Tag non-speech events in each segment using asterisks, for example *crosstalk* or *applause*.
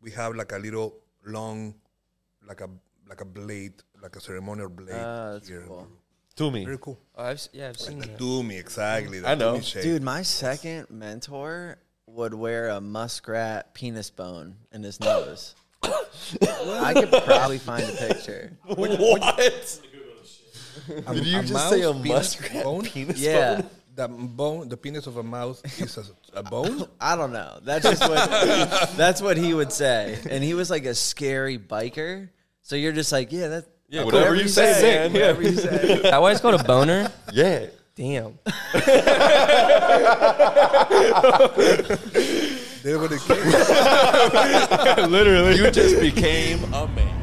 we have like a little long, like a like a blade, like a ceremonial blade Ah, that's here. cool. To me. Very cool. Oh, I've s- yeah, I've seen Like the that. Doomy, exactly. The I know. Doomy shape. Dude, my second mentor would wear a muskrat penis bone in his nose. I could probably find a picture. What? A- Did you a just say a mouse penis *laughs* muskrat bone? penis Yeah, The m- bone, the penis of a mouse is a, a bone. *laughs* I don't know. That's just what that's what he would say. And he was like a scary biker. So you're just like, yeah, that Yeah, whatever you say, man. Yeah. whatever you say. That why it's called a boner. Yeah. *laughs* Damn. They're gonna kill. Literally. You just became a man.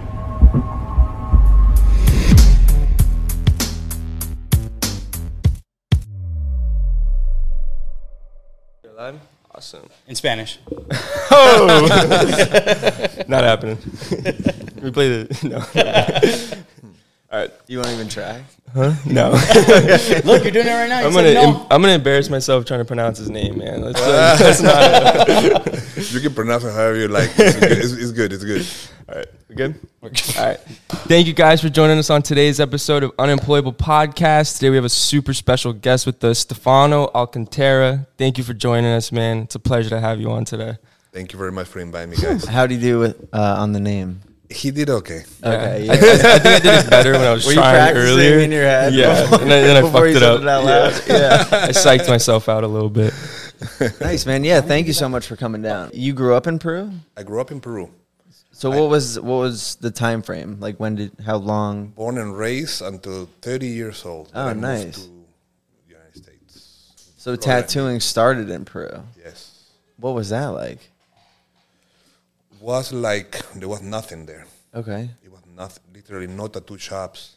You're alive? Awesome. in Spanish. Oh. *laughs* Not happening. we played it. No. All right. You won't even try. No, *laughs* Look, you're doing it right now. You I'm gonna said no. em- I'm gonna embarrass myself trying to pronounce his name, man. Let's, uh, *laughs* let's *laughs* not. you can pronounce it however you like. It's good. It's, it's good. It's good. All right, we good. All right, Thank you guys for joining us on today's episode of Unemployable Podcast. Today we have a super special guest with us, Stefano Alcantara. Thank you for joining us, man. It's a pleasure to have you on today. Thank you very much for inviting me, guys. How'd he do with uh, on the name? *laughs* he did okay. Okay, I, yeah. think, I think I did it better when I *laughs* was Were you trying practicing earlier. in your head? yeah, and I, then *laughs* I Before fucked you it said up. it out loud. yeah. I psyched myself out a little bit. *laughs* Nice man. Yeah, thank you so much for coming down. You grew up in Peru? I grew up in Peru, So what was what was the time frame? Like when did how long? born and raised until 30 years old. Then Ah, Oh, I moved nice. to the United States. So tattooing started in Peru. Yes, What was that like? was like there was nothing there. Okay. It was nothing. Literally, no tattoo shops,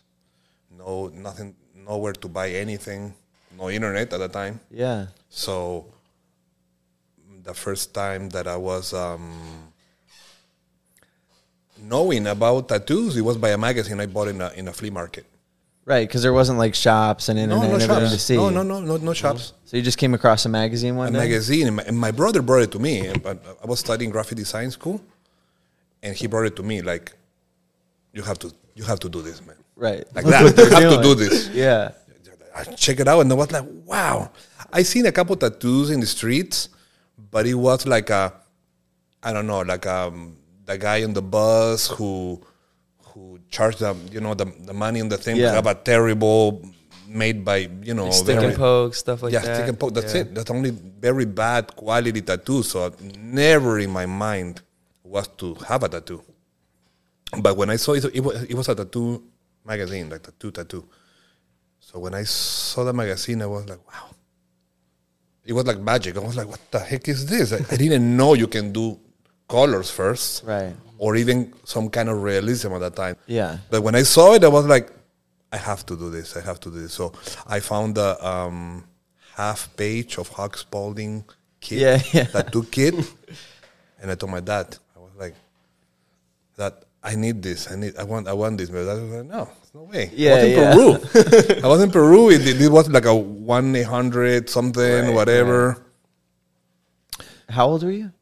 no nothing, nowhere to buy anything, no internet at the time. Yeah. So the first time that I was um, knowing about tattoos, it was by a magazine I bought in a in a flea market. Right, because there wasn't like shops and No, internet no and everything shops. to see. No, no, no, no, no shops. So you just came across a magazine A one day. magazine, and my, and my brother brought it to me. and- But I was studying graphic design school, and he brought it to me like, "You have to, you have to do this, man." Right. Like that, you have to do doing. this. Yeah. I check it out, and I was like, wow. I seen a couple tattoos in the streets, but it was like a, I don't know, like um, the guy on the bus who, who charged them, you know, the, the money on the thing. Yeah. Have a terrible made by you know Stick very- and poke stuff like yeah, that. stick and poke. That's it. That's only very bad quality tattoo. So never in my mind was to have a tattoo. But when I saw it, it was, it was a tattoo magazine, like tattoo tattoo. So when I saw the magazine, I was like, wow. It was like magic. I was like, what the heck is this? I, I didn't know you can do colors first. Right. Or even some kind of realism at that time. Yeah. But when I saw it, I was like, I have to do this. I have to do this. So I found the um, half page of Hawk Spalding kit, Yeah, yeah. tattoo kit, and I told my dad, I was like, that I need this. I need. I want. I want this. But I was like, no, it's no way. I Yeah, was in Peru. *laughs* I was in Peru. It, it was like a one eight hundred something, whatever. How old were you?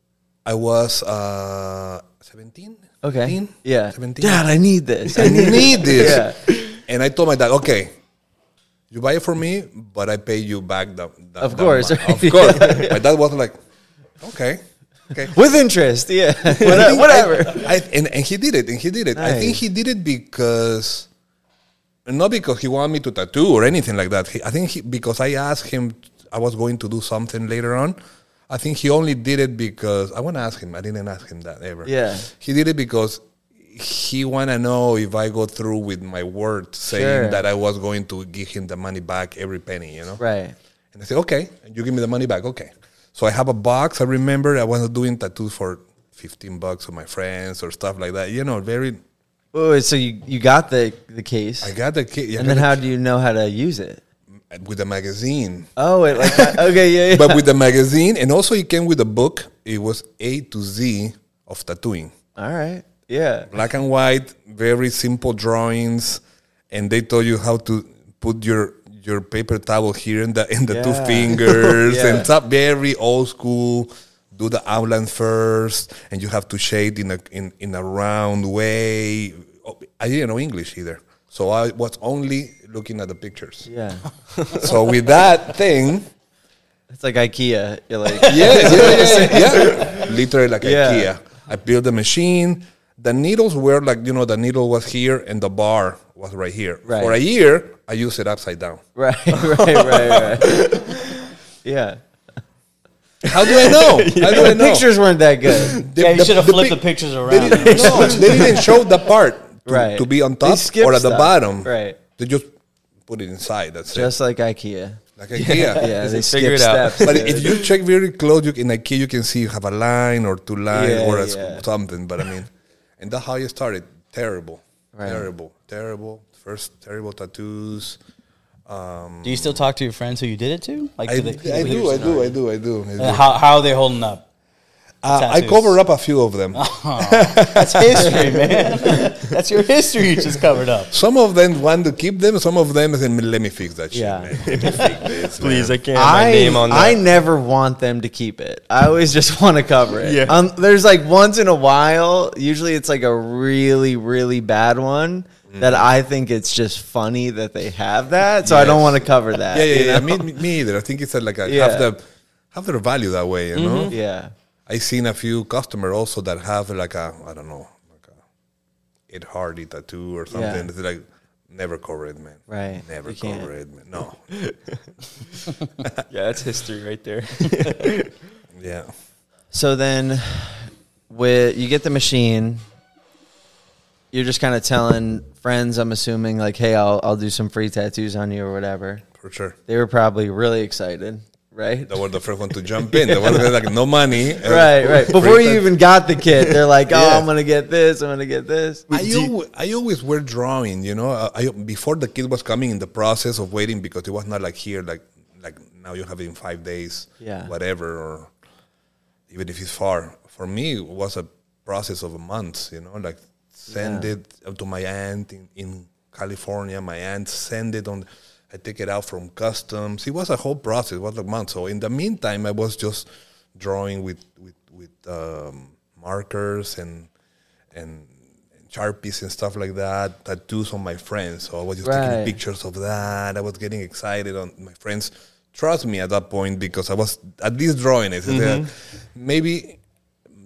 I was uh, seventeen. Okay. 18? Yeah. Seventeen. Dad, I need this. *laughs* I *laughs* need this. Yeah. And I told my dad, okay, you buy it for me, but I pay you back the. the Of the course, *laughs* mo- right? Of course. My dad was like, okay. Okay. With *laughs* interest. Yeah. *laughs* But I think I- Whatever. I, and, and he did it, and he did it. I think Nice. he did it because, not because he wanted me to tattoo or anything like that. He, I think he, because I asked him, I was going to do something later on. I think he only did it because I want to ask him. I didn't ask him that ever. Yeah. he did it because he want to know if I go through with my word saying Sure. that I was going to give him the money back every penny. You know. Right. And I said, okay, you give me the money back. Okay. So I have a box. I remember I was doing tattoos for 15 bucks with my friends or stuff like that. You know, very, Oh, so you, you got the the case, I got the kid. and then how do you know how to use it? With the *laughs* magazine. Oh, it like okay, yeah, yeah. But with the magazine, and also it came with a book. It was A to Z of tattooing. All right. Yeah. Black and white, very simple drawings. And they told you how to put your your paper towel here in the in the two Yeah. *laughs* fingers Yeah. and stuff. Very old school, do the outline first, and you have to shade in a in, in a round way. Oh, I didn't know English either, so I was only looking at the pictures. Yeah. So with that thing, *laughs* It's like IKEA. You're *laughs* like, yes, *laughs* yeah, yeah, yeah, yeah. Literally like Yeah. IKEA. I built the machine. The needles were like you know the needle was here and the bar was right here. Right. For a year, I used it upside down. right, right, right, right. *laughs* yeah. How do I *laughs* know? How do I The know? pictures weren't *laughs* that good. The- yeah, you the- should have the flipped the pic- pictures They around. didn't, no, they didn't show the part to, Right. to be on They top skip or at the stuff. bottom. Right. They just put it inside. That's Just like IKEA. it. Like *laughs* IKEA. Yeah, they figure skip it *laughs* out. steps. But dude. if you check very close, you, in IKEA you can see you have a line or two lines Yeah, or a s- yeah. something. But I mean, and that's how you started. Terrible, Right. terrible, terrible. First, terrible tattoos. Do you still talk to your friends who you did it to? Like I, to I, the- do, I do, I do, I do, I do. Uh, How how are they holding up? Uh, I tattoos? cover up a few of *laughs* them. Oh. That's history, man. *laughs* That's your history you just covered up. Some of them want to keep them. Some of them say, "Let me fix that shit." Yeah. man. Let *laughs* me fix this, Please, man." I can't. have I, my name on I that. never want them to keep it. I always just *laughs* want to cover it. Yeah. Um, there's like once in a while, usually it's like a really, really bad one Mm. that I think it's just funny that they have that. So I don't Yes. want to cover that. Yeah, yeah, you yeah. know? Me, me- me either. I think it's uh, like a, Yeah. Mm-hmm. have the have their value that way. You know. Yeah. I seen a few customer also that have like a I don't know like a Ed Hardy tattoo or something. It's like never cover it, man. Right. Never You can't. cover it, man. *laughs* No. *laughs* yeah, that's history right there. *laughs* yeah. So then, with you get the machine, you're just kind of telling friends. I'm assuming like, hey, I'll I'll do some free tattoos on you or whatever. For sure. They were probably really excited, right? They were the first one to jump in. They were like no money. and- *laughs* Right, right. Before you Free even got the kit, *laughs* they're like, "Oh, I'm gonna get this. I'm gonna get this." I, always, I always were drawing, you know. I, I- before the kid was coming in the process of waiting because it was not like here, like like now you have it in five days, Yeah. whatever, or even if it's far. For me, it was a process of a month, you know, like send it up to my aunt in, in California. My aunt send it on. I take it out from customs. It was a whole process. It was a month. So in the meantime, I was just drawing with with with um, markers and and sharpies and stuff like that, tattoos on my friends. So I was just Right. taking pictures of that. I was getting excited on my friends. Trust me at that point because I was at least drawing it. Mm-hmm. Maybe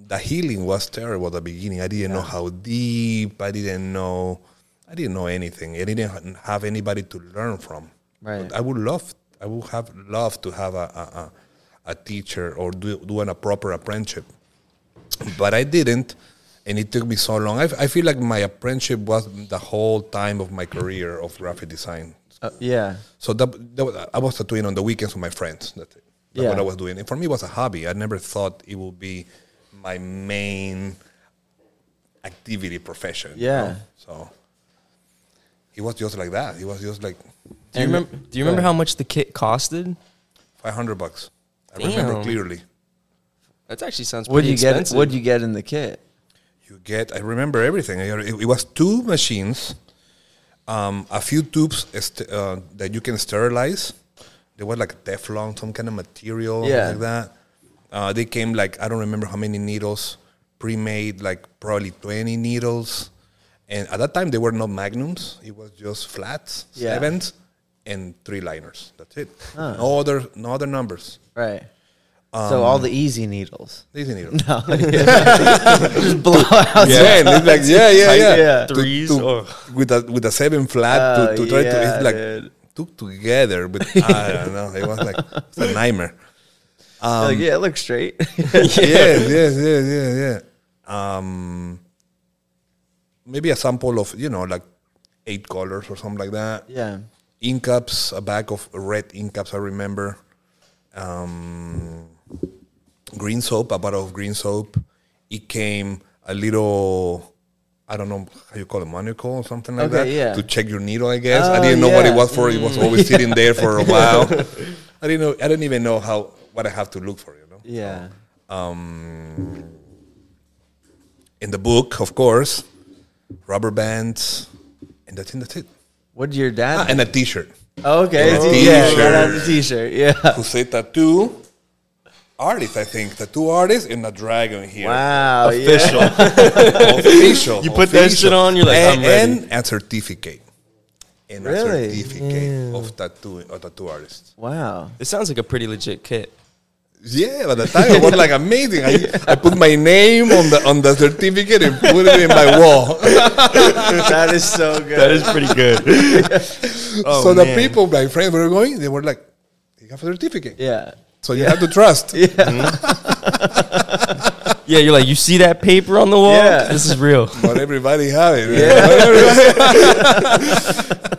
the healing was terrible at the beginning. I didn't know how deep. I didn't know. I didn't know anything. I didn't ha- have anybody to learn from. Right. But I would love. I would have loved to have a a, a, a teacher or do, doing a proper apprenticeship, but I didn't, and it took me so long. I, f- I feel like my apprenticeship was the whole time of my career of graphic design. Uh, yeah, So that, that was, I was tattooing on the weekends with my friends. That's it. That's what I Yeah. was doing. And for me, it was a hobby. I never thought it would be my main activity profession. you Yeah. know? So it was just like that. It was just like Do you remember? Do you remember how much the kit costed? 500 bucks. I remember Damn. clearly. That actually sounds what pretty you get? expensive. What you get in the kit? You get, I remember everything. I- It, it was two machines, um, a few tubes est- uh, that you can sterilize. They were like Teflon, some kind of material Yeah. like that. Uh, they came like, I don't remember how many needles, pre made, like probably 20 needles. And at that time, they were not magnums, it was just flats, Yeah. sevens, and three liners. That's it. No, other, no other numbers. Right. Um, so all the easy *laughs* needles. These *laughs* needles. Just blow out. yeah, and it's like yeah, *laughs* yeah, yeah. Yeah. To- Threes to- or- with a with a seven flat Oh, to, to try to yeah, it's like dude. took together, but I don't know. It was like it's a nightmare. like, Um, yeah, it looks straight. *laughs* Yes, yes, yes, yes, yes. Um, maybe a sample of you know like eight colors or something like that. yeah. Ink cups, a bag of red ink cups. I remember. Um, green soap, a bottle of green soap. It came a little, I don't know how you call it, monocle or something like Okay, that, yeah. to check your needle. I guess I Oh, didn't know what it yeah. Mm. was for. It was always sitting there for *laughs* a while. I didn't know. I didn't even know how what I have to look for. You know, Yeah. in the book, of course, rubber bands, and that's in that's it. What did your Ah, dad? and a T-shirt. okay. and a yeah, right t-shirt. on the t-shirt. Yeah. Who said tattoo? artists, I think. Tattoo artists and a dragon here. Wow. Official. *laughs* official. You put that official. shit on, you're like, and, I'm ready. And a certificate. And Really? a certificate of tattoo, of tattoo artist. Wow. It sounds like a pretty legit kit. Yeah, but the time it was like amazing. I, I put my name on the on the certificate and put it in my *laughs* wall. that is so *laughs* good. That is pretty good. so the people, my friends, were going. They were like, "You have a certificate, *laughs* Yeah. so you have to trust." yeah, you're like, you see that paper on the wall? Yeah. This is real. Not everybody have it. *laughs* Not everybody-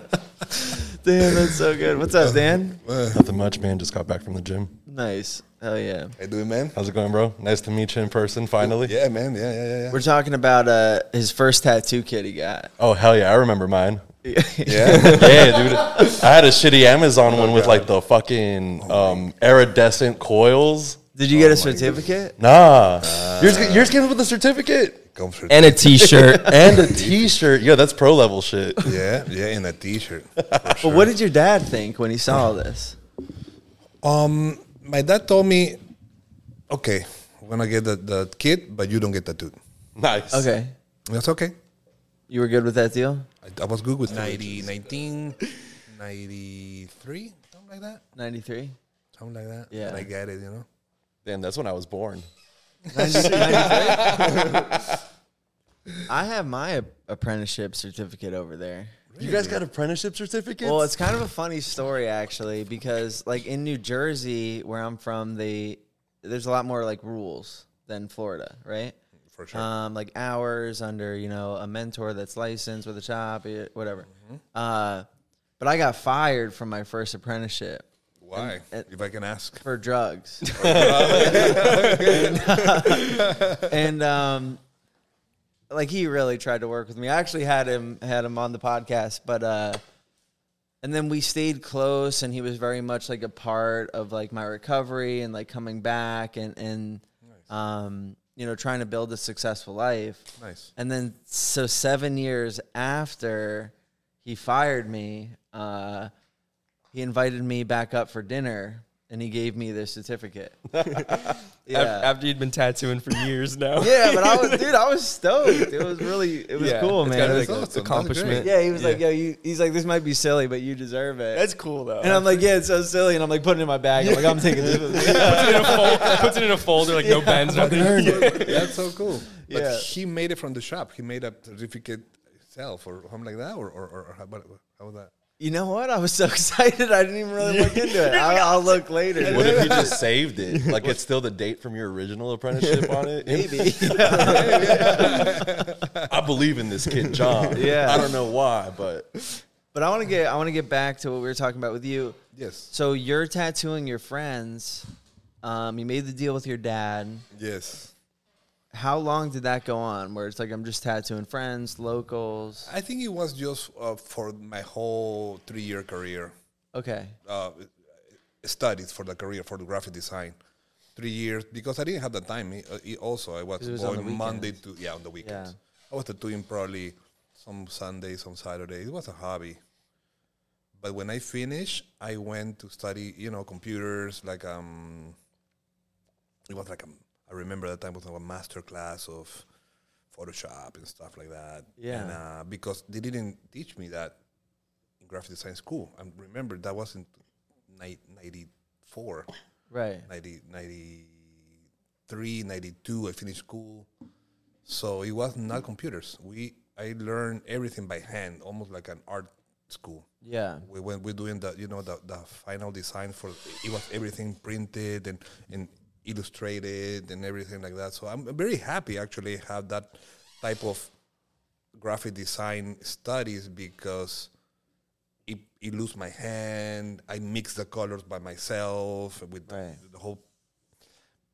Damn, that's so good. What's up, Dan? Nothing much, man. Just got back from the gym. Nice. Hell yeah. I do, man. How's it going, bro? Nice to meet you in person, finally. Yeah, man. Yeah, yeah, yeah, yeah. We're talking about uh, his first tattoo kit he got. Oh hell yeah, I *laughs* remember mine. Yeah. yeah, dude. I had a shitty Amazon one with like the fucking um, iridescent coils. Did you Oh get a certificate? Nah, yours, yours came with a certificate Comes with- and *laughs* a T-shirt. and a T-shirt. Yeah, that's pro level shit. yeah, yeah, in a t-shirt. *laughs* But what did your dad think when he saw *laughs* all this? Um, my dad told me, "Okay, we're gonna get the, the kid, but you don't get tattooed." Nice. Okay. That's okay. You were good with that deal? I, I was good with 90, *laughs* 1993, something like that. 93? Something like that. Yeah. And I get it, you know. Damn, that's when I was born. *laughs* I have my ap- apprenticeship certificate over there. You guys got apprenticeship certificates? Well, it's kind of a funny story actually because like in New Jersey where I'm from, they there's a lot more like rules than Florida, right? For sure. Um, like hours under, you know, a mentor that's licensed with a shop, eh, whatever. Mm-hmm. Uh, but I got fired from my first apprenticeship Why? if I can ask. for drugs. and, uh, and, um, like he really tried to work with me. I actually had him had him on the podcast, but uh, and then we stayed close, and he was very much like a part of like my recovery and like coming back and and um, you know trying to build a successful life. Nice. And then so seven years after he fired me, uh, he invited me back up for dinner. And he gave me *laughs* this certificate. Af- yeah. After you'd been tattooing for years now. Yeah, but I was, dude, I was stoked. It was really, it was Yeah, cool, it's man. gotta It be was- like an awesome. accomplishment. yeah, he was like, yo, you, he's like, this might be silly, but you deserve it. That's cool though. and I'm like, yeah, it's so silly. And I'm like, putting it in my bag. I'm like, I'm taking *laughs* this. with me. puts, it in a fold, puts it in a folder, like no bends, nothing. *laughs* That's so cool. But Yeah. he made it from the shop. He made a certificate himself or something like that, or or, or, or how, what- how was that? You know what? I was so *laughs* excited. I didn't even really look into it. I'll, I'll look later. What if *laughs* you just saved it? Like it's still the date from your original apprenticeship on it. Maybe. *laughs* I believe in this kid, John. Yeah. I don't know why, but But I want to get, I want to get back to what we were talking about with you. Yes. So you're tattooing your friends. Um, you made the deal with your dad. Yes. How long did that go on? Where it's like I'm just tattooing friends, locals. I think it was just uh, for my whole three-year career. Okay. uh, studies for the career for the graphic design. Three years because I didn't have the time. It, uh, it also, I was, It was on the going Monday weekends. to yeah on the weekends. Yeah. I was tattooing probably some Sundays, some Saturdays. It was a hobby. But when I finished, I went to study, you know, computers. Like um, it was like um, I remember that time was like a master class of Photoshop and stuff like that. Yeah. and, uh, because they didn't teach me that in graphic design school. I remember that was in ni- 94, Right. 90, 93, 92. I finished school. So it was not computers. We I learned everything by hand, almost like an art school. Yeah. We when we're doing the you know the, the final design for it was everything printed and, and illustrated and everything like that. So I'm very happy actually have that type of graphic design studies because it, it lose my hand. I mix the colors by myself with the- the, Right. whole.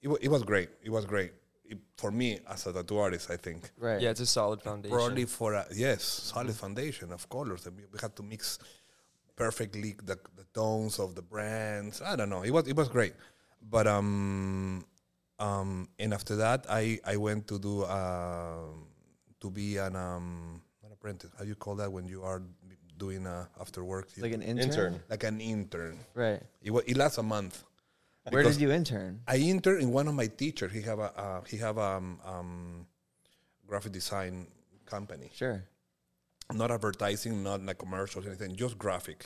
It, wa it was great. It was great it, for me as a tattoo artist. I think Right. yeah, it's a solid foundation. probably for a yes solid foundation of colors. And we, we had to mix perfectly the, the tones of the brands. I don't know. It was it was great, but um um and after that I I went to do um to be an um not apprentice. How you call that when you are doing uh, after work you- Like an intern. intern. like an intern. Right. It was it lasts a month. Where Because- did you intern? I interned in one of my teachers. He have a uh, he have um, um, graphic design company. Sure. not advertising, not like commercials, anything, just graphic.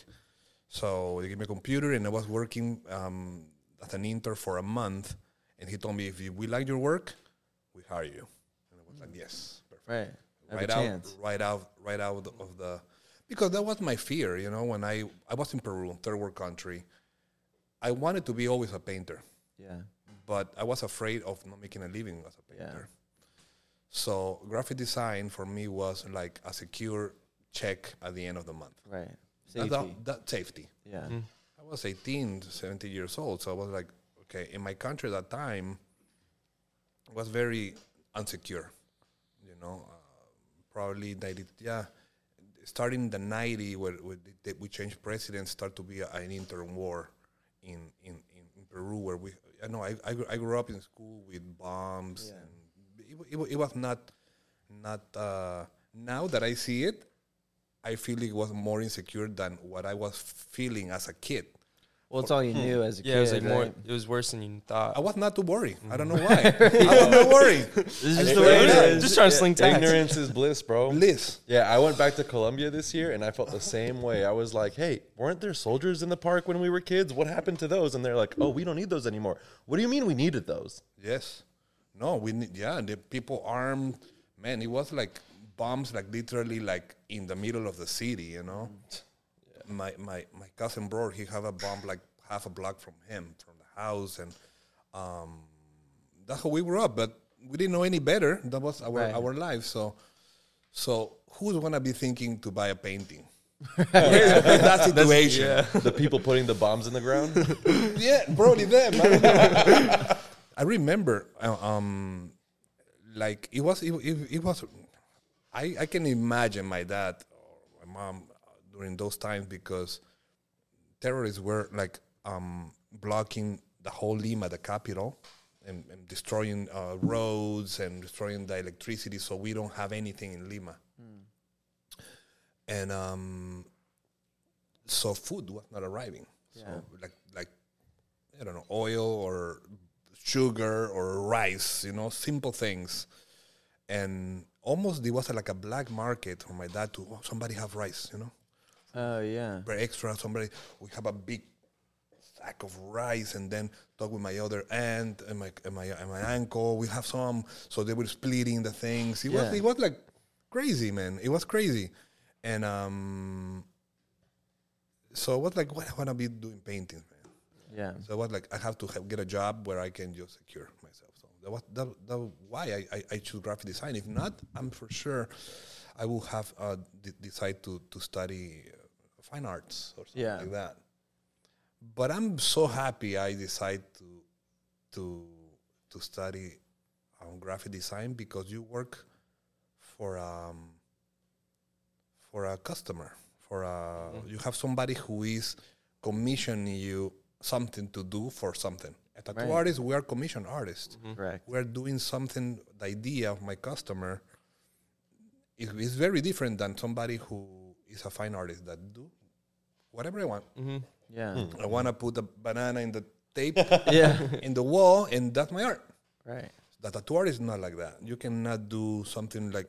So they gave me a computer, and I was working um, as an intern for a month. And he told me, if you, we like your work, we hire you. And I was like, yes, perfect. Right. Have Right a out, chance. right out, right out of the, because that was my fear, you know. When I I was in Peru, third world country, I wanted to be always a painter Yeah. but I was afraid of not making a living as a painter. So graphic design for me was like a secure check at the end of the month. Right. Safety. That's That, that safety. yeah. Hmm. I was 18 to 17 years old, so I was like, okay, in my country at that time was very unsecure, you know, uh, probably 90, yeah, starting the 90 where, where they- we changed president, start to be an interim war in, in, in in Peru where we, I know, I, I, grew, I grew up in school with bombs and it, wa- it, wa- it was not, not, uh, now that I see it, I feel it was more insecure than what I was feeling as a kid. Well, it's all you knew as a kid. Hmm. Yeah, it was like more. right? It was worse than you thought. I was not to worry. I don't know why. I was not worried. This is the way it Yeah. is. Just trying to sling tags. Ignorance *laughs* is bliss, bro. Liz, Yeah, I went back to Colombia this year and I felt the same way. I was like, hey, weren't there soldiers in the park when we were kids? What happened to those? And they're like, oh, we don't need those anymore. What do you mean we needed those? Yes. No, we need, yeah, the people armed. Man, it was like bombs, like literally like in the middle of the city, you know? My, my, my cousin bro, he have a bomb like half a block from him, from the house. And um, that's how we grew up, but we didn't know any better. That was our, Right. our life. So, so who's going to be thinking to buy a painting? in that situation. The people putting the bombs in *laughs* the ground? Yeah, Brody, them. I, don't know. *laughs* I remember, uh, um, like it was, it, it, it was. I I can imagine my dad or my mom during those times because terrorists were like um, blocking the whole Lima, the capital, and, and destroying uh, roads and destroying the electricity, so we don't have anything in Lima. And um, so food was not arriving. So like like I don't know oil or sugar or rice, you know, simple things. And almost there was like a black market for my dad to oh, somebody have rice, you know Oh yeah. super extra. Somebody, we have a big sack of rice, and then talk with my other aunt and my and my, and my uncle. We have some, so they were splitting the things. It was Yeah. it was like crazy, man. It was crazy, and um, so I was like, what I wanna be doing paintings, man. Yeah. So I was like, I have to have, get a job where I can just secure myself. So that was that, that was why I, I, I choose graphic design. If not, I'm for sure I will have uh, de- decide to to study uh, fine arts or something Yeah. like that. But I'm so happy I decide to to to study um, graphic design because you work for um, for a customer for a Mm-hmm. you have somebody who is commissioning you something to do for something a tattoo Right. Mm-hmm. artist we are commission artists Correct. we're doing something the idea of my customer is, is very different than somebody who is a fine artist that do whatever i want Yeah. Hmm. i want to put a banana in the tape Yeah. in the wall and that's my art Right. the tattoo artist is not like that. You cannot do something like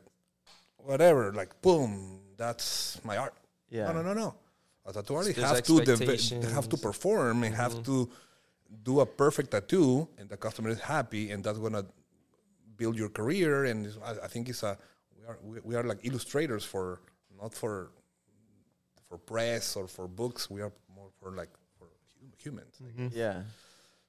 whatever, like boom, that's my art. Yeah. No, no, no, no. A tattoo artist There's has to deve- have to expectations. Mm-hmm. perform and have to do a perfect tattoo, and the customer is happy, and that's gonna build your career. And it's- I, I think it's a we are we, we are like illustrators for not for for press or for books. We are more for like for hum- humans. Mm-hmm. I Hmm. guess. Yeah.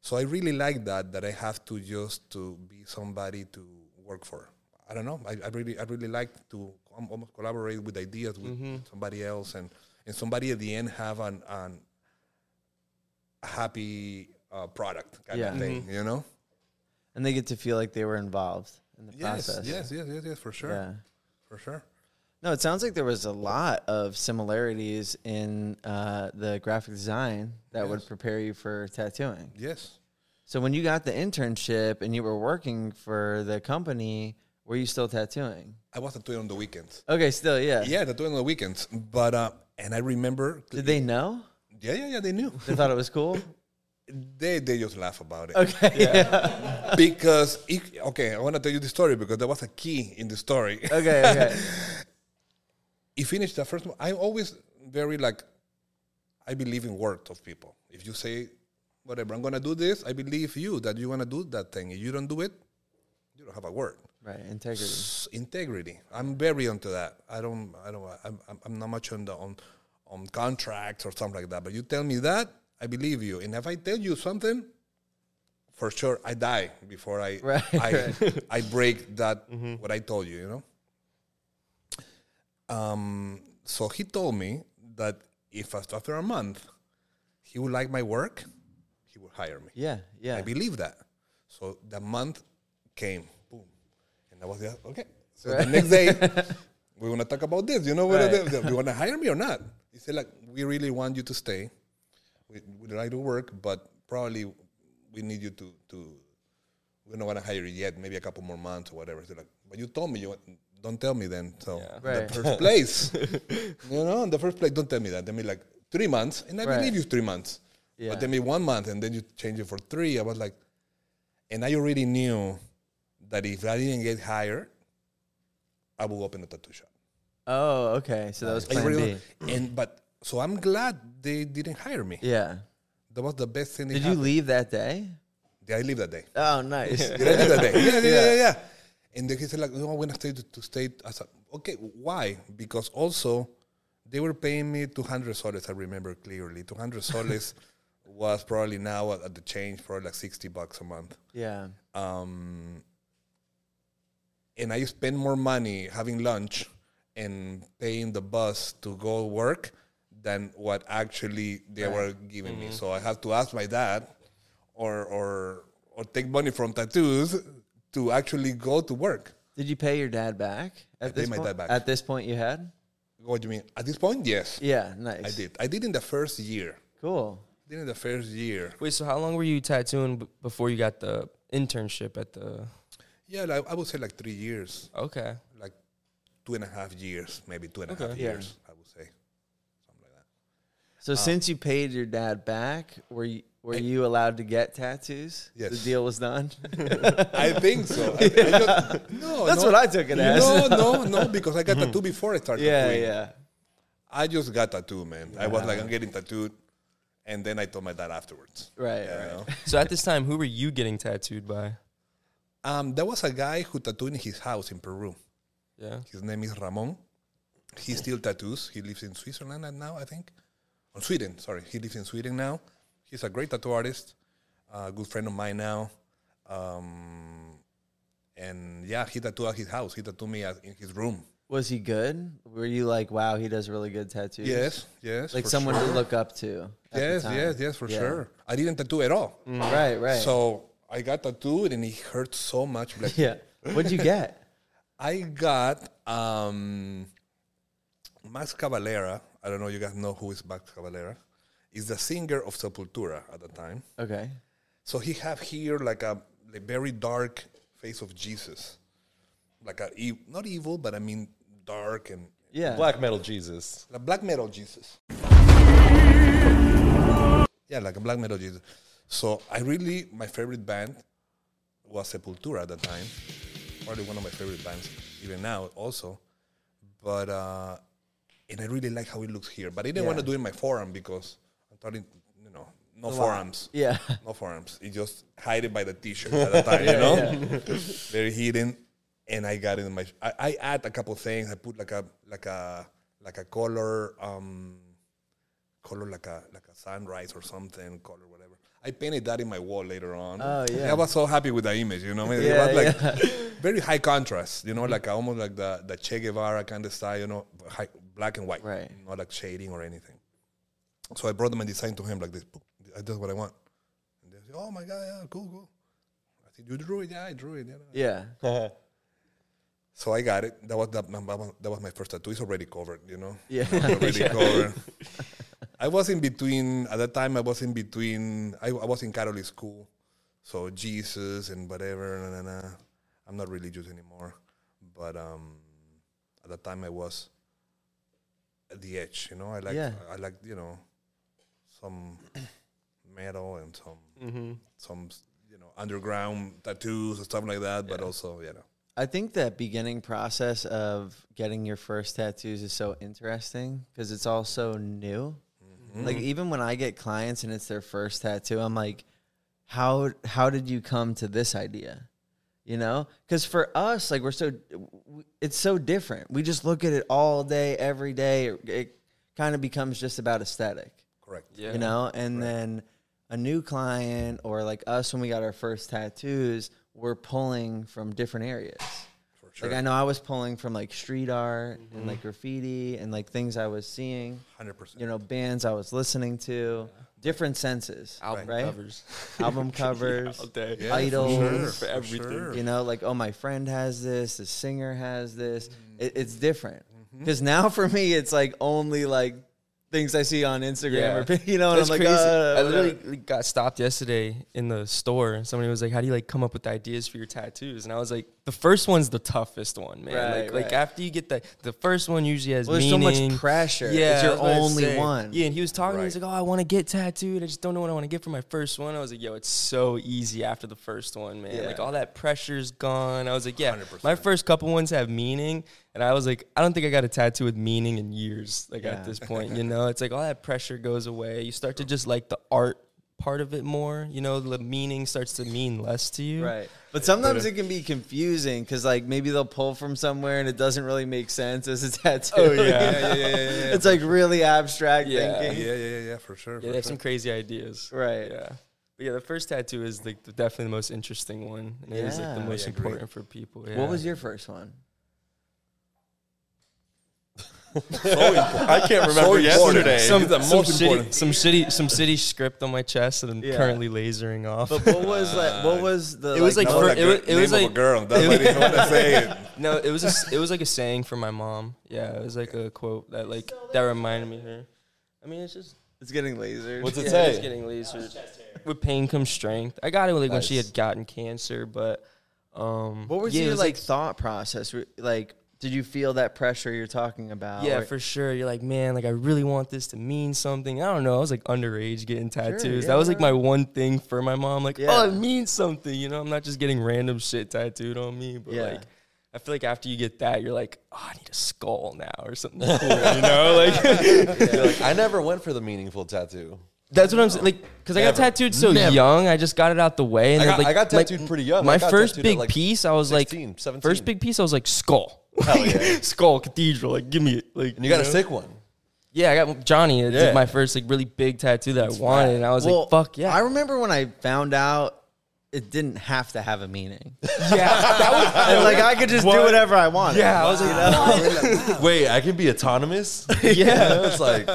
So I really like that that I have to just to be somebody to work for. I don't know. I, I really I really like to um, almost collaborate with ideas with Mm-hmm. somebody else and and somebody at the end have an an a happy uh, product kind Yeah. Mm-hmm. of thing. You know. And they get to feel like they were involved in the Yes, process. yes, yes, yes, yes, for sure, Yeah. for sure. No, it sounds like there was a lot of similarities in uh, the graphic design that would Yes. prepare you for tattooing. Yes. So when you got the internship and you were working for the company, were you still tattooing? I was tattooing on the weekends. Okay, still, yeah. Yeah, tattooing on the weekends. But uh, and I remember. Did they know? Yeah, yeah, yeah. They knew. *laughs* They thought it was cool. They they just laugh about it. Okay. because it, okay, I want to tell you the story because there was a key in the story. *laughs* okay. Okay. he finished the first one. I'm always very like, I believe in words of people. If you say, whatever, I'm going to do this, I believe you that you're going to do that thing. If you don't do it, you don't have a word. Right. Integrity. S- Integrity. I'm very onto that. I don't, I don't, I'm, I'm- I'm not much on the, on, on contracts or something like that. But you tell me that, I believe you. And if I tell you something, for sure I die before I, *laughs* Right, Mm-hmm. I, I break that, what I told you, you know? Um, so he told me that if af- after a month he would like my work, he would hire me. Yeah. Yeah. I believe that. So the month came, boom, and I was like, okay. So the next *laughs* day, we want to talk about this. You know what? Right. Do you want to hire me or not? He said, like, we really want you to stay. We would like to work, but probably we need you to to. We're not gonna hire you yet. Maybe a couple more months or whatever. So like, but you told me you want- don't tell me then. So Right. the first place, *laughs* you know, in the first place, don't tell me that. Tell me like three months, and I Right. believe you three months. Yeah. But tell me one month, and then you change it for three. I was like, and I already knew that if I didn't get hired, I will open a tattoo shop. Oh. Okay. So that was I plan really- B. and but so I'm glad they didn't hire me. Yeah. That was the best thing. that Did you happened. leave that day? Yeah, I leave that day. Oh, nice. Did I leave that day? Yeah, yeah, yeah, yeah. yeah. And then he said like, no, I'm gonna stay to, to stay as a okay. Why? Because also they were paying me 200 soles. I remember clearly 200 soles was probably now at, at the change probably like 60 bucks a month. *laughs* Yeah. um, and I spend more money having lunch and paying the bus to go work than what actually they were giving me. Mm-hmm. So I have to ask my dad or or or take money from tattoos to actually go to work. Did you pay your dad back? At paid this my point, dad back. At this point, you had. What do you mean? At this point, yes, Yeah. Nice. I did. I did in the first year. Cool. Did in the first year. Wait, so how long were you tattooing b- before you got the internship at the? Yeah, like, I would say like three years, Okay. like two and a half years, maybe two and a half Yeah. years. I would say something like that. Um, So since you paid your dad back, were you were you allowed to get tattoos? Yes. The deal was done. I think so. I, I don't- *laughs* no, *laughs* That's Oh, no. what I took it as. No, no, no, because I got tattooed before I started. *laughs* Yeah. tattooing. Yeah. I just got tattooed, man. I was like, I'm getting tattooed, and then I told my dad afterwards. Right. you Right. know? So at this time, who were you getting tattooed by? Um, there was a guy who tattooed in his house in Peru. Yeah. His name is Ramon. Mm. He still tattoos. He lives in Switzerland and now, I think. Or Sweden, sorry. He lives in Sweden now. He's a great tattoo artist, a good friend of mine now. Um, and yeah, he tattooed at his house. He tattooed me at, in his room. Was he good? Were you like, wow, he does really good tattoos? Yes, yes. Like for someone sure. to look up to. at the Yes, time. yes, yes, for Yeah. Mm. sure. I didn't tattoo at all. Right. Right. So I got tattooed and it hurt so much. Like *laughs* yeah. What'd you get? I got um, Max Cavalera. I don't know you guys know who is Max Cavalera. He's the singer of Sepultura at the time. Okay. So he have here like a, a very dark face of Jesus, like a ev- not evil, but I mean dark and Yeah. Black metal Jesus. *laughs* like black metal Jesus. Yeah, like a black metal Jesus. So I really, my favorite band was Sepultura at the time. Probably one of my favorite bands, even now also. But, uh, and I really like how it looks here. But I didn't want to Yeah. do it in my forum because I thought, it, you know, no forums. Yeah. *laughs* *laughs* No forums. It just hide it by the t-shirt at the time, you know? *laughs* Very hidden. And I got it in my I, I add a couple things. I put like a like a like a color um color like a like a sunrise or something, color whatever. I painted that in my wall later on. Oh, yeah. I was so happy with the image, you know. It Yeah, was like *laughs* very high contrast, you know, like almost like the, the Che Guevara kind of style, you know, high, black and white. Right. Not like shading or anything. So I brought my design to him like this. That's what I want. And they said, oh my God, yeah, cool, cool. I said, you drew it? Yeah, I drew it. Yeah. Yeah. So I got it. That was the, that was my first tattoo. It's already covered, you know. *laughs* *laughs* Yeah. Already covered. *laughs* I was in between at that time. I was in between. I, I was in Catholic school, so Jesus and whatever. na, na, na. I'm not religious anymore, but um, at that time I was at the edge. You know, I like Yeah. I like you know some *clears throat* metal and some Mm-hmm. some you know underground tattoos and stuff like that. But also, you know, I think that beginning process of getting your first tattoos is so interesting because it's all so new. Like even when I get clients and it's their first tattoo, I'm like, how how did you come to this idea? You know, because for us, like we're so w- it's so different. We just look at it all day, every day. It, it kind of becomes just about aesthetic correct. you know and then a new client or like us when we got our first tattoos we're pulling from different areas like i know i was pulling from like street art Mm-hmm. and like graffiti and like things i was seeing hundred percent. you know bands i was listening to different senses Album right? covers. *laughs* *laughs* album covers all day. Yeah, for idols sure, for for everything. sure. you know like oh my friend has this the singer has this it, Mm-hmm. it's different because now for me it's like only like things i see on instagram or *laughs* you know and That's i'm like crazy. "Uh, I whatever." literally got stopped yesterday in the store. and Somebody was like, "How do you like come up with ideas for your tattoos?" And I was like, "The first one's the toughest one, man. Right, like, right. like after you get that, the first one usually has Well, there's so meaning. much pressure. It's your that's what I'm only saying. one. Yeah, and he was talking. He's Right. like, "Oh, I want to get tattooed. I just don't know what I want to get for my first one." I was like, "Yo, it's so easy after the first one, man. Yeah. Like all that pressure's gone." I was like, "Yeah, my first couple ones have meaning." And I was like, "I don't think I got a tattoo with meaning in years. Like Yeah. at this point, you know, it's like all that pressure goes away. You start to just like the art." Part of it more, you know, the meaning starts to mean less to you. Right. But sometimes it can be confusing because, like, maybe they'll pull from somewhere and it doesn't really make sense as a tattoo. *laughs* Oh, yeah. yeah, yeah, yeah, yeah. *laughs* it's like really abstract Yeah. thinking. yeah, yeah, yeah, yeah, for sure. Yeah, for they sure. have some crazy ideas. Right. Yeah. But yeah, the first tattoo is like the, definitely the most interesting one. And it is like the Yeah. most I agree. important for people. Yeah. What was your first one? I can't remember yesterday. *laughs* some, some, most shitty, important. some shitty some shitty script on my chest that I'm Yeah. currently lasering off. *laughs* But what was like? oh, What was the? Uh, It was like That was for- like it was- the it was name of like- a girl. That's *laughs* it why I was- didn't want to say it. no, it was a s it was like a saying from my mom. Yeah, it was like a quote that like that reminded me of her. I mean, it's just it's getting lasered. What's it yeah, it's say? getting lasered. With pain comes strength. I got it like when she Nice. had gotten cancer, but um What was yeah, it your was, like, thought process? Were- Like, did you feel that pressure you're talking about? Yeah, Or- for sure. You're like, man, like I really want this to mean something. I don't know. I was like underage getting tattoos. yeah, that was like my one thing for my mom. Like, Yeah. oh, it means something. You know, I'm not just getting random shit tattooed on me. But Yeah. like, I feel like after you get that, you're like, oh, I need a skull now or something. *laughs* cool, you know, *laughs* like You're like, I never went for the meaningful tattoo. that's what I'm saying. Like, because I got tattooed so young, I just got it out the way. And I then, got- like, I got like, tattooed pretty young. I My got first tattooed at, big like, piece, I was 16, like, 17. first big piece, I was like skull. Like, *laughs* skull cathedral, like give me it, like And you got know? a sick one. Yeah, I got Johnny. It's like Yeah. my first like really big tattoo that I wanted, and I was like, "Fuck yeah!" I remember when I found out it didn't have to have a meaning. *laughs* yeah, that and, like, I could just do whatever I wanted. *laughs* yeah. I was *laughs* like, Wait, I can be autonomous? "Yeah." *laughs* it's like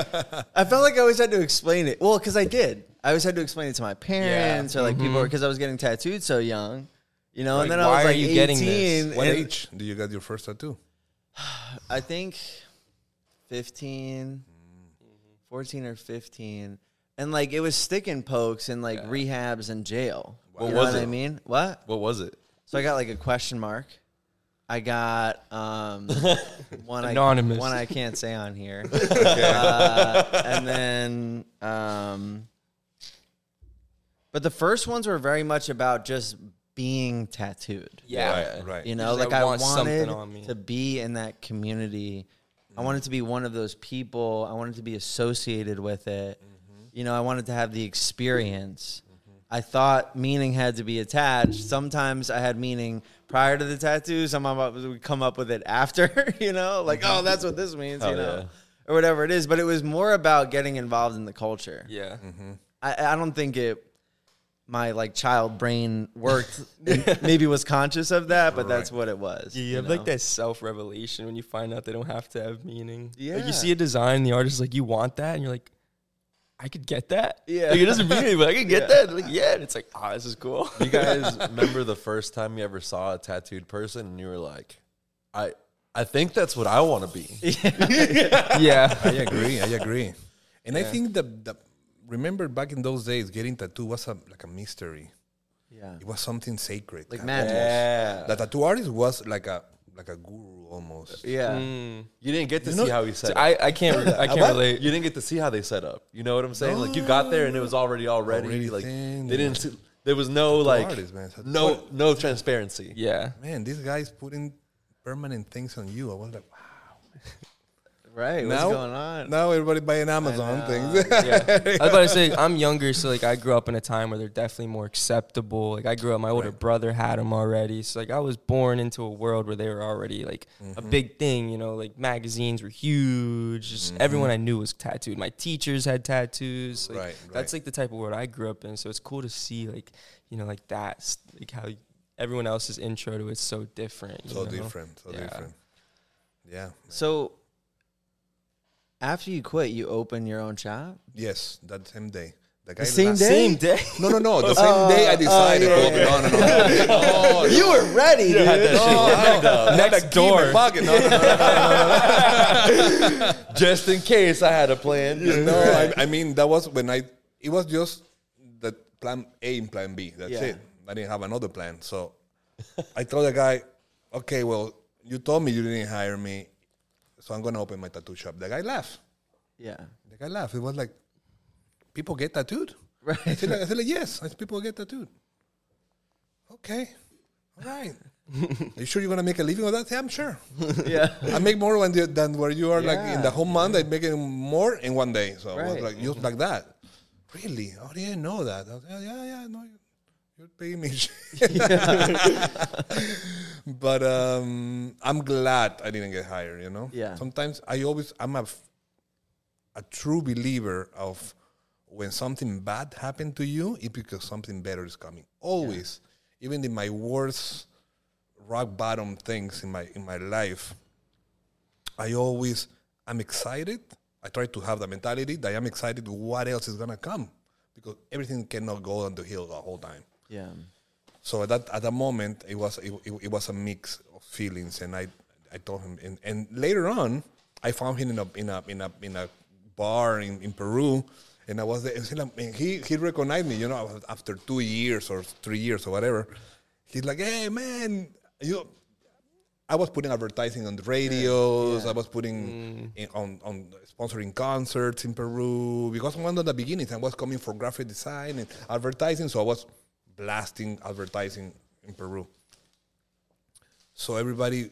I felt like I always had to explain it. Well, because I did. I always had to explain it to my parents or like people because I was getting tattooed so young, you know. and Mm-hmm. Like, then I why was are like you eighteen. getting this? What and age do you get your first tattoo? I think 15, 14 or fifteen, and like it was stick and pokes and like rehabs and jail. What you was know what I it? mean? What? what was it? So I got like a question mark. I got *laughs* um, one Anonymous. I, one I can't say on here, uh, and then. Um, but the first ones were very much about just being tattooed. yeah, Right, right. You know, Just, like I I want something wanted on me. to be in that community. I wanted to be one of those people. I wanted to be associated with it. Mm-hmm. You know, I wanted to have the experience. I thought meaning had to be attached. Sometimes I had meaning prior to the tattoo. Some of us would come up with it after. *laughs* You know, like oh, that's what this *laughs* means. you know, or whatever it is. But it was more about getting involved in the culture. yeah. I, I don't think it my like child brain worked and maybe was conscious of that but that's what it was You have like that self revelation when you find out they don't have to have meaning. like, Yeah. you see a design, and the artist is like, "You want that?" and you're like, "I could get that." Yeah. like, it doesn't mean anything, but I could get that. Like, yeah, and it's like, ah, this is cool. You guys remember the first time you ever saw a tattooed person and you were like, I I think that's what I want to be. *laughs* yeah, I agree. I agree. And I think that, that remember back in those days, getting tattoo was a, like a mystery. yeah It was something sacred. like Uh, magic The tattoo artist was like a like a guru almost. Uh, Yeah. You didn't get to see how he set See, up. I, I can't *laughs* I can't What? relate. You didn't get to see how they set up. You know what I'm saying? Like you got there and it was already all ready. Already like thin, they didn't. See, there was no like artist, man. So no no transparency. Yeah. Man, this guy's putting permanent things on you. I was like, wow. Right. What's Now- going on? Now everybody buying Amazon things. I was about to say I'm younger, so like I grew up in a time where they're definitely more acceptable. Like I grew up, my older brother had them already, so like I was born into a world where they were already like a Mm-hmm. big thing. You know, like magazines were huge. Just Mm-hmm. everyone I knew was tattooed. My teachers had tattoos. Like, Right, That's right. like the type of world I grew up in. So it's cool to see like you know like that's like how everyone else's intro to it's so different. you so know? different. So Yeah. different. Yeah. So after you quit, you open your own shop? Yes, that same day. The, guy same la- day? Same day. No, no, no. The same day I decided. yeah, yeah, No, no, no. no, no. *laughs* You were ready, dude. Next door. Pocket. No, no, no, no, Just in case I had a plan. no. no I, I mean, that was when I. It was just the plan A and plan B. That's Yeah. it. I didn't have another plan. So I told the guy, okay, well, you told me you didn't hire me, so I'm going to open my tattoo shop. The guy laughed. Yeah. The guy laughed. It was like, people get tattooed. Right. I said, I said like, yes, I said, people get tattooed. Okay. All *laughs* right. Are you sure you're going to make a living with that? Yeah, I'm sure. Yeah. I make more when the, than where you are. Like in Yeah. the whole month, I make it more in one day. So I Right. was like, just like that. Really? Oh, I didn't know that. I was, yeah, yeah, yeah. No, you- you're paying me. but um, I'm glad I didn't get hired. You know. Yeah. Sometimes I always I'm a f- a true believer of when something bad happened to you, it's because something better is coming. Always, even in my worst rock bottom things in my in my life, I always I'm excited. I try to have the mentality that I'm excited. What else is gonna come? Because everything cannot go on the hill the whole time. *laughs* Yeah. So at that at that moment, it was it, it, it was a mix of feelings, and I I told him, and, and later on, I found him in a in a in a in a bar in, in Peru, and I was there, and he like- and he he recognized me, you know, after two years or three years or whatever. He's like, hey man, you. I was putting advertising on the radios. I was Mm. putting in, on on sponsoring concerts in Peru because one of the beginnings I was coming for graphic design and advertising, so I was blasting advertising in Peru. So everybody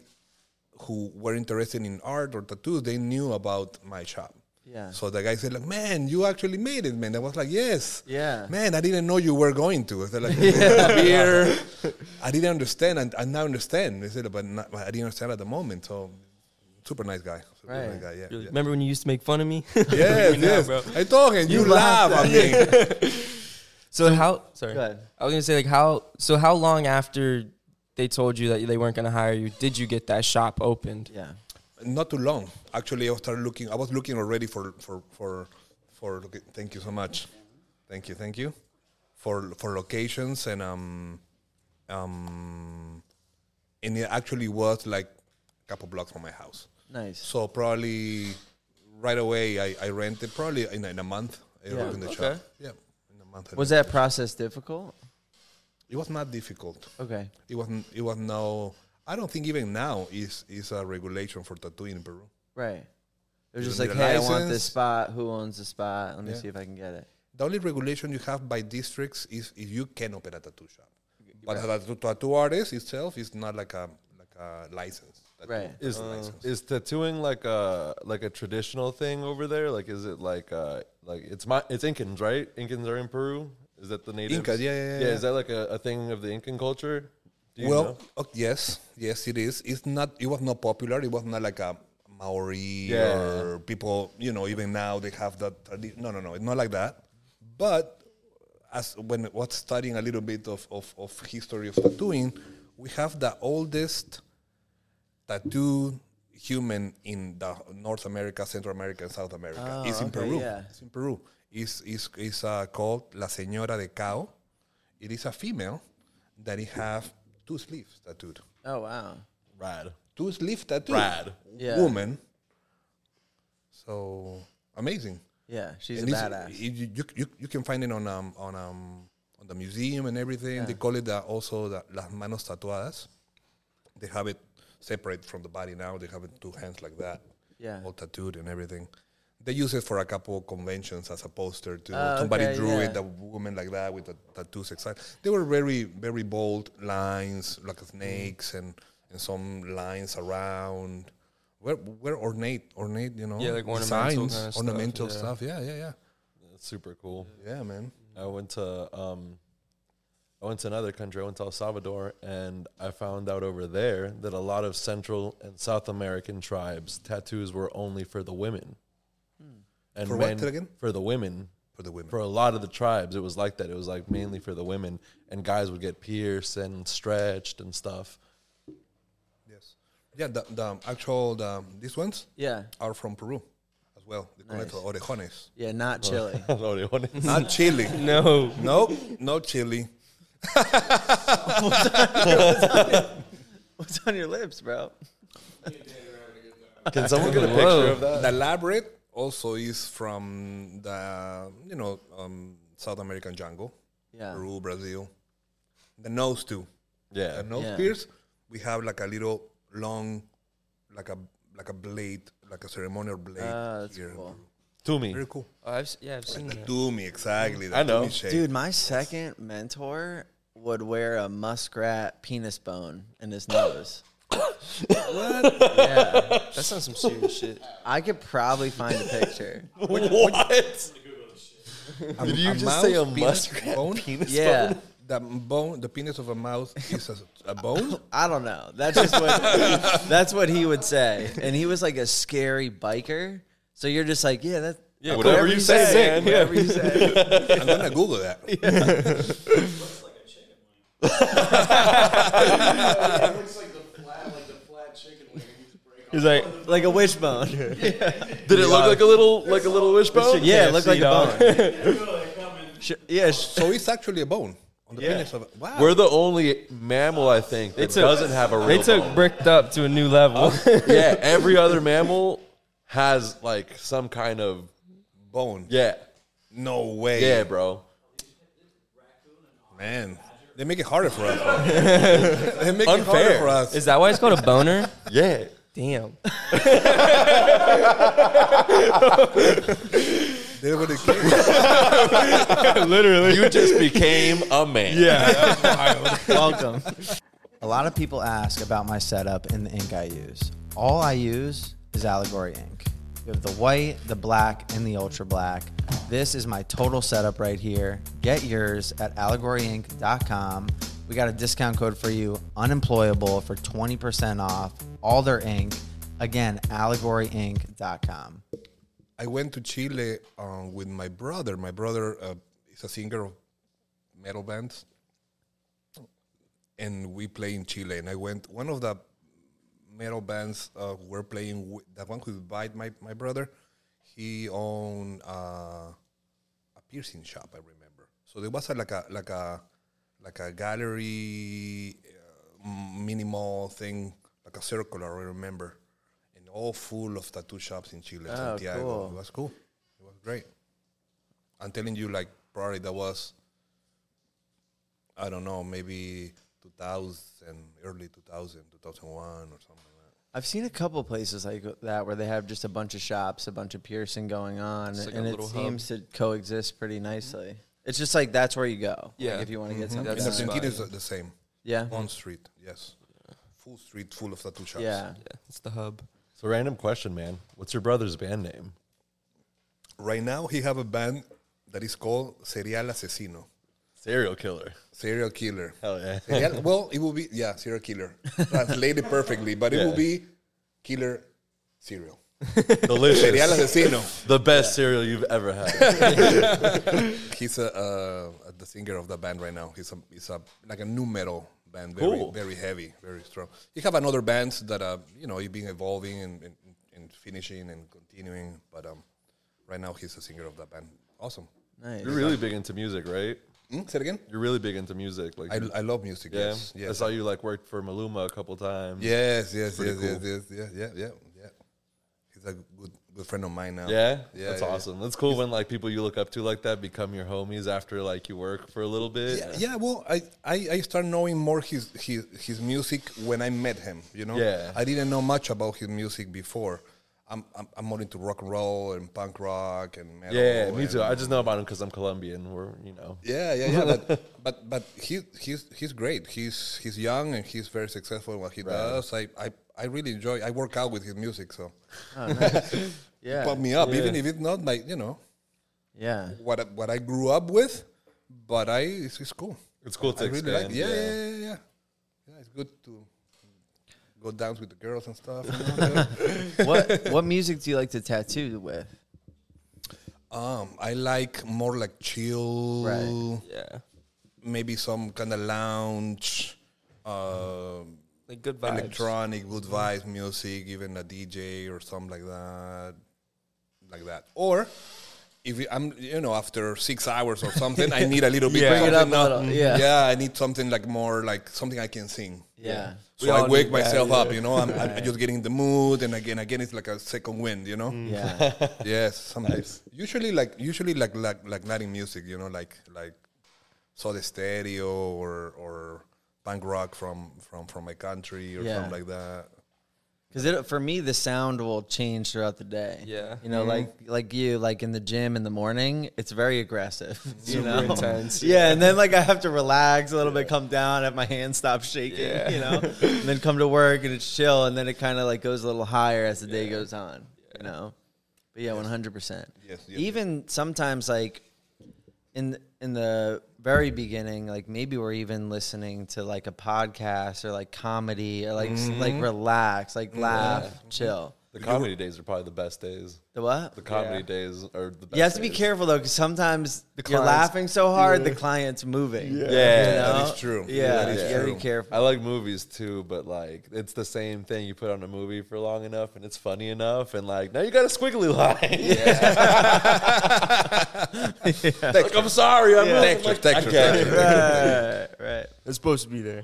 who were interested in art or tattoos, they knew about my shop. Yeah. So the guy said, like, man, you actually made it, man. I was like, yes. Yeah. Man, I didn't know you were going to. I said, *laughs* like, beer. *laughs* I didn't understand, and I now understand. They said, but not, I didn't understand at the moment. So, super nice guy. Super Right. nice guy. Yeah. You're *laughs* like, yeah. Remember when you used to make fun of me? *laughs* Yes, You know, yes. bro. I told him, you, laugh at me. So, how? Sorry, Go ahead. I was gonna say like how. So how long after they told you that they weren't gonna hire you did you get that shop opened? Yeah. *laughs* Not too long. Actually, I started looking. I was looking already for for for for. loca- Thank you so much. Thank you, thank you, for for locations and um um, and it actually was like a couple blocks from my house. Nice. So probably right away I, I rented probably in, in a month I Yeah. opened the shop. Okay. Yeah, in a month. I Was rented. that process difficult? It was not difficult. Okay. It wasn't. It was no. I don't think even now is is a regulation for tattooing in Peru. Right. It was You just need like, a hey, I want this license. spot. Who owns the spot? Let me Yeah. see if I can get it. The only regulation you have by districts is if you can open a tattoo shop. But a tattoo, tattoo artist itself is not like a like a license. Tattoo Right. Is is tattooing like a like a traditional thing over there? Like is it like uh like it's my it's Incans right? Incans are in Peru. Is that the native? Incas, yeah, yeah, yeah, yeah. yeah. Is that like a, a thing of the Incan culture? Do you well, know? ok- yes, yes, it is. It's not. It was not popular. It was not like a Maori Yeah. or people. You know, even now they have that. tradi- No, no, no. It's not like that. But as when I was studying a little bit of of, of history of tattooing, we have the oldest tattoo human in the North America, Central America, and South America. Oh, it's in okay, Peru. yeah. It's in Peru. It's, it's, it's uh, called La Señora de Cao. It is a female that it have two sleeves tattooed. Oh wow. Rad. Two sleeve tattoo. Rad. Yeah. Woman. So amazing. Yeah, she's And a it's- badass. it- you, you- you, you can find it on um, on um, on the museum and everything. They call it the, also the, las manos tatuadas. They have it separate from the body now. They have it two hands like that. Yeah. All tattooed and everything. They use it for a couple conventions as a poster too. Ah, Somebody okay, drew it, yeah. a woman like that with the tattoos. Exactly. They were very, very bold lines, like Mm. snakes and, and some lines around. Were, were ornate, ornate, you know. Yeah, like ornamental designs, kinda stuff, ornamental yeah. stuff. Yeah, yeah, yeah. That's super cool. Yeah, man. I went to um, I went to another country. I went to El Salvador, and I found out over there that a lot of Central and South American tribes tattoos were only for the women. And Hmm. For what? Say that again? For the women. For the women. For a lot of the tribes, it was like that. It was like mainly for the women, and guys would get pierced and stretched and stuff. *laughs* Yes. Yeah, the, the actual the, these ones Yeah. are from Peru as well. The Nice. conejo *laughs* orejones. Yeah, not chili. *laughs* Not Chile. No. nope. No Chile. *laughs* What's on your lips, bro? Can someone get a picture of that? The labret also is from the you know um, South American jungle, Yeah. Peru, Brazil. The nose too. *laughs* Yeah. The nose Yeah. pierce. We have like a little long, like a like a blade, like a ceremonial blade Ah, that's here. in cool. Peru. To me. Very cool. Oh, I've, s- yeah, I've seen The that. doomy, exactly. The I know. doomy shape. Dude, my second mentor would wear a muskrat penis bone in his nose. Yeah. That sounds some serious shit. I could probably find a *laughs* picture. What? Did you just say a mouse *laughs* penis muskrat bone? penis Yeah. The bone, the penis of a mouse is a, a bone. I don't know. That's just what *laughs* that's what he would say. And he was like a scary biker. So you're just like, yeah, that yeah, whatever you say, man. Whatever you say. I'm gonna Google *laughs* that. He's like, like a wishbone. did it look like a little like a little wishbone? Yeah, it looked like a dog. bone. Sh- yeah, sh- So it's actually a bone on the penis of a wow. We're the only mammal, I think, that took- doesn't have a real They took bone. bricked up to a new level. *laughs* yeah, every other mammal has like some kind of bone. yeah, No way. yeah, bro. man. They make it harder for us. *laughs* bro. they make it harder Unfair. for us. Is that why it's called a boner? Yeah, *laughs* Damn. They're gonna kill. you just became a man. Yeah, welcome. A lot of people ask about my setup and the ink I use. All I use is Allegory ink. You have the white, the black, and the ultra black. This is my total setup right here. Get yours at allegoryink.com. We got a discount code for you, unemployable, for 20% off all their ink. Again, allegoryink.com. I went to Chile um, with my brother. My brother uh, is a singer of metal bands, and we play in Chile. And I went. One of the metal bands uh, were playing. wi- the one who invited my my brother, he owned uh, a piercing shop. I remember. So there was a, like a like a like a gallery uh, mini mall thing, like a circular. I remember, and all full of tattoo shops in Chile, Santiago. Ah, cool. It was cool. It was great. I'm telling you, like probably that was. I don't know, maybe 2000, early 2000, 2001 or something like that. I've seen a couple places like that where they have just a bunch of shops, a bunch of piercing going on, like a and it little hub. Mm-hmm. seems to coexist pretty nicely. It's just like that's where you go. like, Yeah. Mm-hmm. if you want to get something. That's In the done. spot. Argentina, it's the same. Yeah. One street, yes. Full street full of tattoo shops. Yeah. Yeah, *laughs* it's the hub. So random question, man. What's your brother's band name? Right now, he have a band that is called Serial Asesino, Serial killer. Serial Killer. Hell yeah. Serial- well, it will be, *laughs* yeah, Serial Killer. Translated perfectly, but it will be Killer Serial. *laughs* Serial Delicious. Asesino. the best cereal you've ever had. He's a, uh, the singer of the band right now. He's a, he's a like a new metal band, very Cool. very heavy, very strong. You have another bands that uh you know you've been evolving and, and, and finishing and continuing, but um right now he's a singer of that band. Awesome. Nice. You're really big into music, right? Mm, say it again. You're really big into music. Like, I, I love music. yeah. Yes. I Yes. saw you like worked for Maluma a couple times. Yes. Yes. Yes. pretty Yes. Yes. Yeah. Yeah. Yeah. Yeah. He's a good good friend of mine now. Yeah, Yeah, that's yeah, yeah. awesome. That's cool when like people you look up to like that become your homies after like you work for a little bit. Yeah, yeah. Well, I, I, I started knowing more his, his his music when I met him. You know, Yeah. I didn't know much about his music before. I'm I'm, I'm more into rock and roll and punk rock and metal. Yeah, me too. Oh, and- I just know about him because I'm Colombian. We're you know. yeah, yeah, yeah. but *laughs* but but he he's he's great. He's he's young and he's very successful in what he does. I, I I really enjoy. I work out with his music, so Yeah. pump me up, even if it's not like you know *laughs* yeah. what I, what I grew up with. But I it's, it's cool. It's cool to I really expand. like. Yeah, yeah, yeah, yeah, yeah. Yeah, it's good to go dance with the girls and stuff. you know? what what music do you like to tattoo with? um, I like more like chill, Right. Yeah. maybe some kind of lounge, uh, Like good vibes. electronic, good vibes music, even a DJ or something like that, like that. Or if you- I'm, you know, after six hours or something, I need a little bit. *laughs* Yeah. Bring it something up a not- little, yeah. yeah, I need something like more like something I can sing. Yeah. So We I all wake need that, myself up, you know. I'm, I'm just getting in the mood, and again, again, it's like a second wind, you know. Mm. *laughs* Yeah. Yes, sometimes. Usually, like usually, like like like Latin music, you know, like like Soda Stereo or or punk rock from from from my country or Yeah. something like that. Because it for me the sound will change throughout the day. Yeah. You know, like like you, like in the gym in the morning, it's very aggressive. *laughs* you Super know? intense, Yeah. and then like I have to relax a little bit, come down, have my hands stop shaking, Yeah. you know, and then come to work and it's chill, and then it kind of like goes a little higher as the day goes on. You know, but yeah, one hundred percent. Yes, yes, Even sometimes like in in the very beginning, like maybe we're even listening to like a podcast or like comedy or like s- like Mm-hmm. relax, like laugh, chill. The comedy days are probably the best days. The what? The comedy days are the best. you have to be days. careful though, because sometimes you're clients- laughing so hard, the client's moving. Yeah, that is true. Yeah, That is you gotta true. be careful. I like movies too, but like it's the same thing. You put on a movie for long enough, and it's funny enough, and like now you got a squiggly line. *laughs* like I'm sorry, I'm really- Texture, texture, texture. right, right. It's supposed to be there.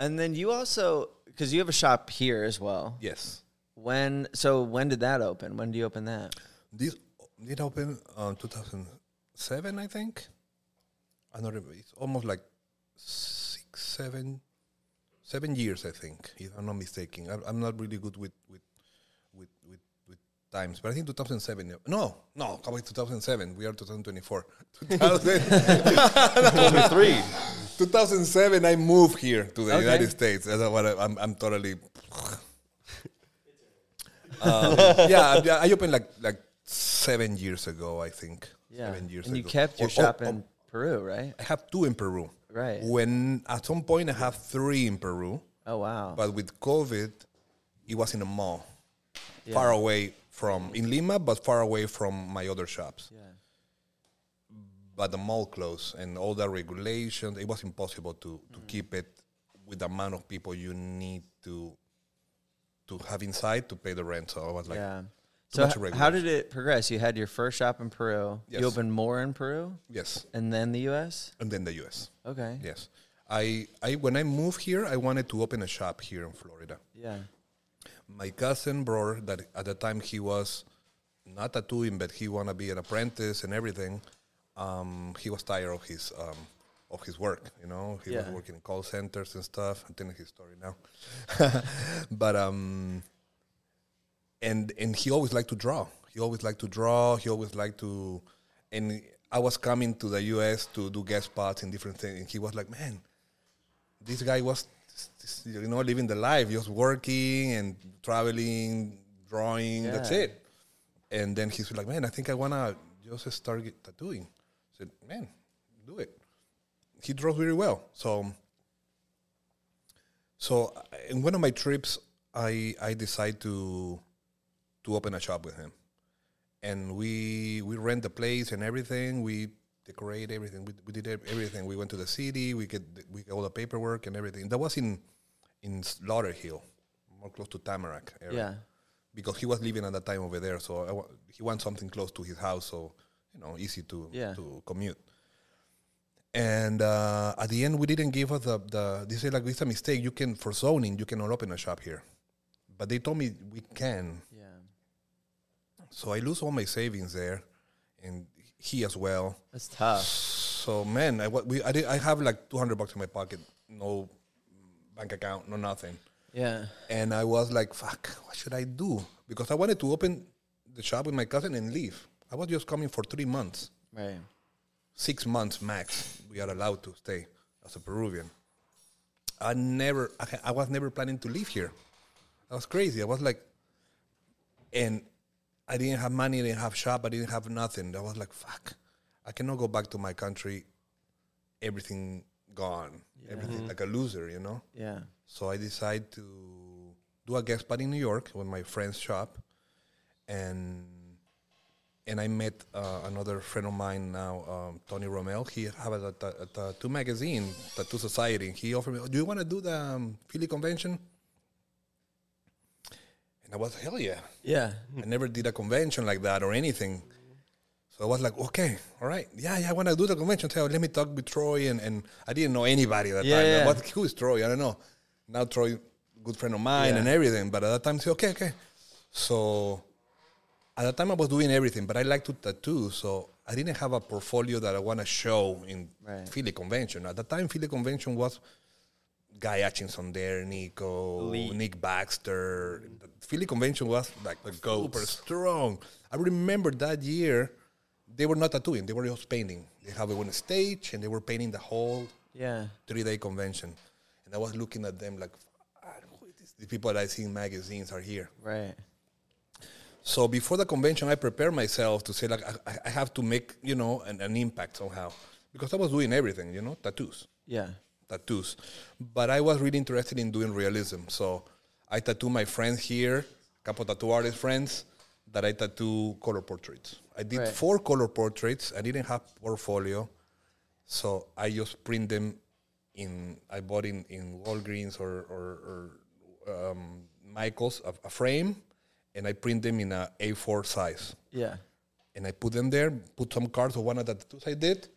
And then you also, because you have a shop here as well. Yes, When? So when did that open? When do you open that? this it opened um, 2007, I think. I don't remember. It's almost like six, seven, seven years, I think, if I'm not mistaken. I'm, I'm not really good with with with with, with times, but I think 2007. yeah. No, no, come on, 2007. We are *laughs* 2024. 2000, 23. 2007. I moved here to the United States. That's what I, I'm. I'm *laughs* totally. um, yeah, I- I opened like like seven years ago, I think. Seven years and you ago. kept your Or- oh, or- shop or- in Peru, right? I have two in Peru. Right. When at some point I have three in Peru, Oh wow. but with COVID, it was in a mall, far away from in Lima, but far away from my other shops. yeah. But the mall closed and all the regulations, it was impossible to to Mm. keep it with the amount of people you need to to have inside to pay the rent. So I was like, yeah. too So much h- how regulation. did it progress? You had your first shop in Peru. Yes. You opened more in Peru, yes, and then the U.S. and then the U.S. Okay. Yes, I I when I moved here, I wanted to open a shop here in Florida. Yeah. my cousin brother that at the time he was not tattooing but he wanna be an apprentice and everything um, he was tired of his um, of his work you know he was Yeah. working in call centers and stuff i'm telling his story now *laughs* but um and and he always liked to draw he always liked to draw he always liked to and i was coming to the us to do guest spots and different things and he was like man this guy was you know living the life just working and traveling drawing that's Yeah. it and then he's like man i think i want to just start get tattooing I said man do it he draws very well so so uh, in one of my trips i i decide to to open a shop with him and we we rent the place and everything. We decorate everything. We, we did ev- everything. We went to the city. We get the- we get all the paperwork and everything. That was in in Slaughter Hill, more close to Tamarack area. Yeah. Because he was living at that time over there, so I wa- he wants something close to his house, so you know, easy to Yeah. to commute. And uh, at the end, we didn't give us the the. They said like it's a mistake. You can for zoning, you cannot open a shop here, but they told me we can Yeah. So I lose all my savings there, and he as well. That's tough. So man, I what we I did, I have like two hundred bucks in my pocket, no bank account, no nothing. Yeah. And I was like, fuck, what should I do? Because I wanted to open the shop with my cousin and leave. I was just coming for three months, Right. six months max. We are allowed to stay as a Peruvian. I never, I, ha- I was never planning to leave here. I was crazy. I was like, and I didn't have money, I didn't have shop, I didn't have nothing. I was like, fuck, I cannot go back to my country, everything gone, everything like a loser, you know? Yeah. So I decided to do a guest spot in New York with my friend's shop, and and I met uh, another friend of mine now, um, Tony Romel. He have a, ta- a tattoo magazine, Tattoo Society. He offered me, "Oh, "Do you want to do the um, Philly convention?" And I was, "Hell yeah!" Yeah. I never did a convention like that or anything. So I was like, okay, all right, yeah, yeah, I want to do the convention. So let me talk with Troy, and, and I didn't know anybody at that Yeah, time. yeah. What, who is Troy? I don't know. Now Troy, good friend of mine and everything. But at that time, say, okay, okay. So at that time, I was doing everything, but I like to tattoo, so I didn't have a portfolio that I want to show in Right. Philly Convention. At that time, Philly Convention was Guy Atchison there, Nico, Nick Baxter. The Philly convention was like super strong. I remember that year, they were not tattooing; they were just painting. They have it on stage, and they were painting the whole Yeah. three-day convention. And I was looking at them like, "Fuck, who is this? the people that I see in magazines are here. Right. So before the convention, I prepared myself to say like, I- I, I have to make you know an, an impact somehow because I was doing everything, you know, tattoos Yeah. tattoos. But I was really interested in doing realism. So I tattoo my friends here, a couple tattoo artist friends, that I tattoo color portraits. I did Right. four color portraits. I didn't have portfolio. So I just print them in, I bought in, in Walgreens or, or, or um, Michael's a, a frame, and I print them in a A4 size Yeah. and I put them there, put some cards of one of the tattoos I did,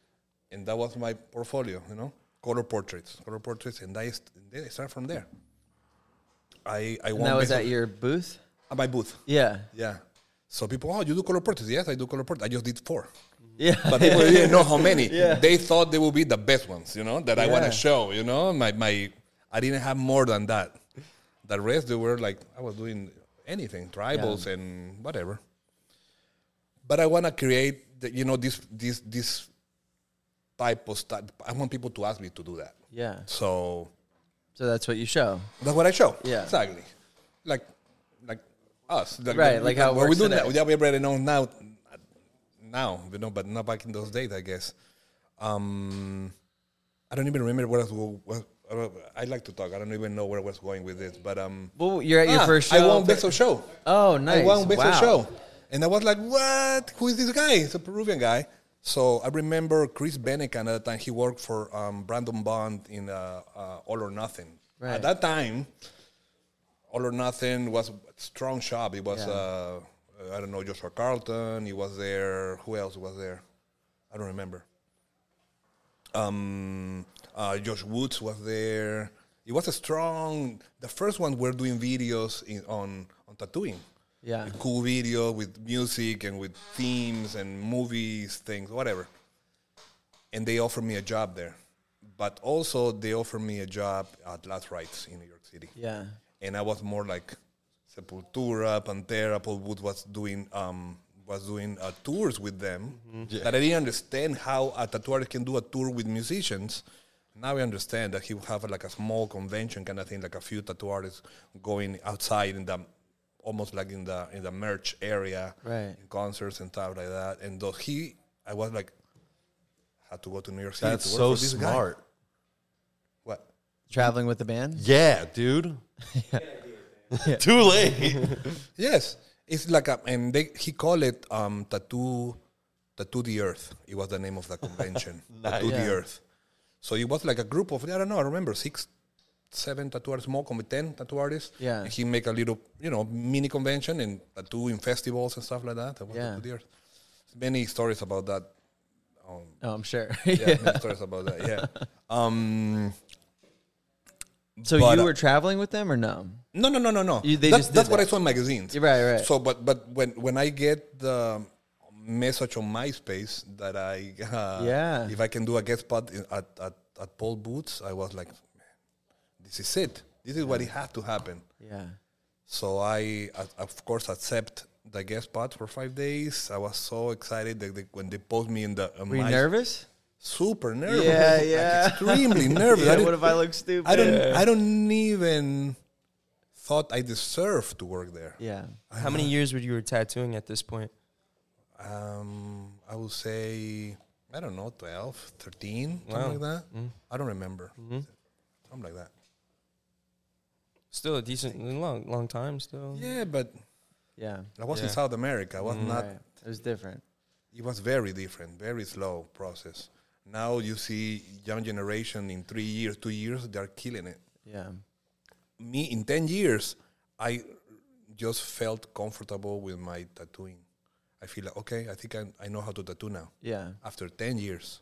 and that was my portfolio, you know, color portraits, color portraits, and I, st- and then I start from there. I I And that was at your booth. at my booth. Yeah. Yeah. So people, oh, you do color portraits? Yes, I do color portraits. I just did four, Yeah. but people didn't know how many. *laughs* Yeah. They thought they would be the best ones, you know, that I want Yeah. to show. You know, my my, I didn't have more than that. The rest they were like I was doing anything, tribals and whatever but I want to create, the, you know, this this this type of stuff. I want people to ask me to do that. *laughs* yeah. So So that's what you show. that's what I show. Yeah. exactly. Like, like us, like, Right, like how it what we works do today. now. Yeah, we already know now, now you know, but not back in those days, I guess. Um, I don't even remember what I was. What, I like to talk. I don't even know where I was going with this, but um. Well, you're at your ah, first I show. won best of show. Oh, nice. I won Best wow. of Show. And I was like, what? Who is this guy? It's a Peruvian guy. So I remember Chris Benekan at the time, he worked for um, Brandon Bond in uh, uh, All or Nothing. Right. At that time, All or Nothing was a strong shop. It was, Yeah. uh, I don't know, Joshua Carlton. He was there. Who else was there? I don't remember. Um, uh, Josh Woods was there. It was a strong. The first one we're doing videos in, on on tattooing. Yeah. With cool video with music and with themes and movies, things, whatever. And they offered me a job there, but also they offered me a job at Last Rites in New York City Yeah. and I was more like Sepultura, Pantera, Paul Wood was doing um, was doing uh, tours with them that I didn't understand how a tattoo artist can do a tour with musicians. Now I understand that he would have like a small convention kind of thing, like a few tattoo artists going outside in the almost like in the in the merch area, Right. Concerts and stuff like that. And though he, I was like, had to go to New York City. That's to work so for this guy. smart. What? Traveling with the band. Yeah, dude. Too late. Yes, it's like a, and they, he called it um, tattoo, tattoo the earth. It was the name of the convention, tattoo the Yeah. earth. So it was like a group of I don't know. I remember six, seven tattoo artists, more with ten tattoo artists. Yeah. and he make a little you know mini convention and tattoo in festivals and stuff like that. That was Yeah. tattoo the earth. Many stories about that. Oh, I'm sure. *laughs* Yeah, many stories about that. Yeah. Um, So But, you uh, were traveling with them or no? No, no, no, no, no. You- they That- just did that's what I that. saw in magazines. You're right, right. So, but but when when I get the message on MySpace that I uh, Yeah. if I can do a guest spot in, at, at at Paul Boots, I was like, this is it. This is what it had to happen. Yeah. So I, uh, of course, accept the guest spot for five days. I was so excited that they, when they posed me in the uh, Were you my- nervous? super nervous, *laughs* Yeah, like yeah. *laughs* extremely nervous. I Yeah, didn't- what if I look stupid? I don't. I don't even thought I deserved to work there. Yeah. How many years would you were tattooing at this point? Um, I would say I don't know, 12, 13, something like that. Mm-hmm. I don't remember. Something like that. Still a decent, long, long time still. Yeah, but Yeah. I was in Yeah. Mm-hmm. South America. I was not. Right. It was different. It was very different, very slow process. Now you see young generation in three years, two years, they're killing it. Yeah. Me in ten years, I just felt comfortable with my tattooing. I feel like okay, I think I, I know how to tattoo now. Yeah. after 10 years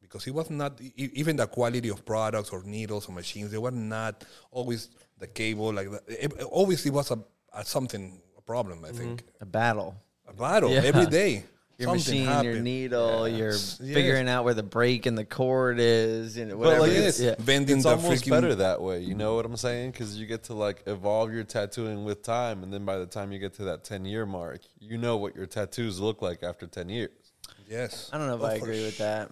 because it was not e- e- even the quality of products or needles or machines they were not always the cable like that It- it- always it was a, a something a problem i think A battle. a battle Mm-hmm. Yeah. every day Your something machine, your happened. needle, your yes. figuring out where the break and the cord is, and But whatever. like it Yes, is. yeah. bending It's the almost freaking better that way. You know what I'm saying? Because you get to like evolve your tattooing with time, and then by the time you get to that 10 year mark, you know what your tattoos look like after 10 years. yes I don't know if Oh, I for agree with sh- that.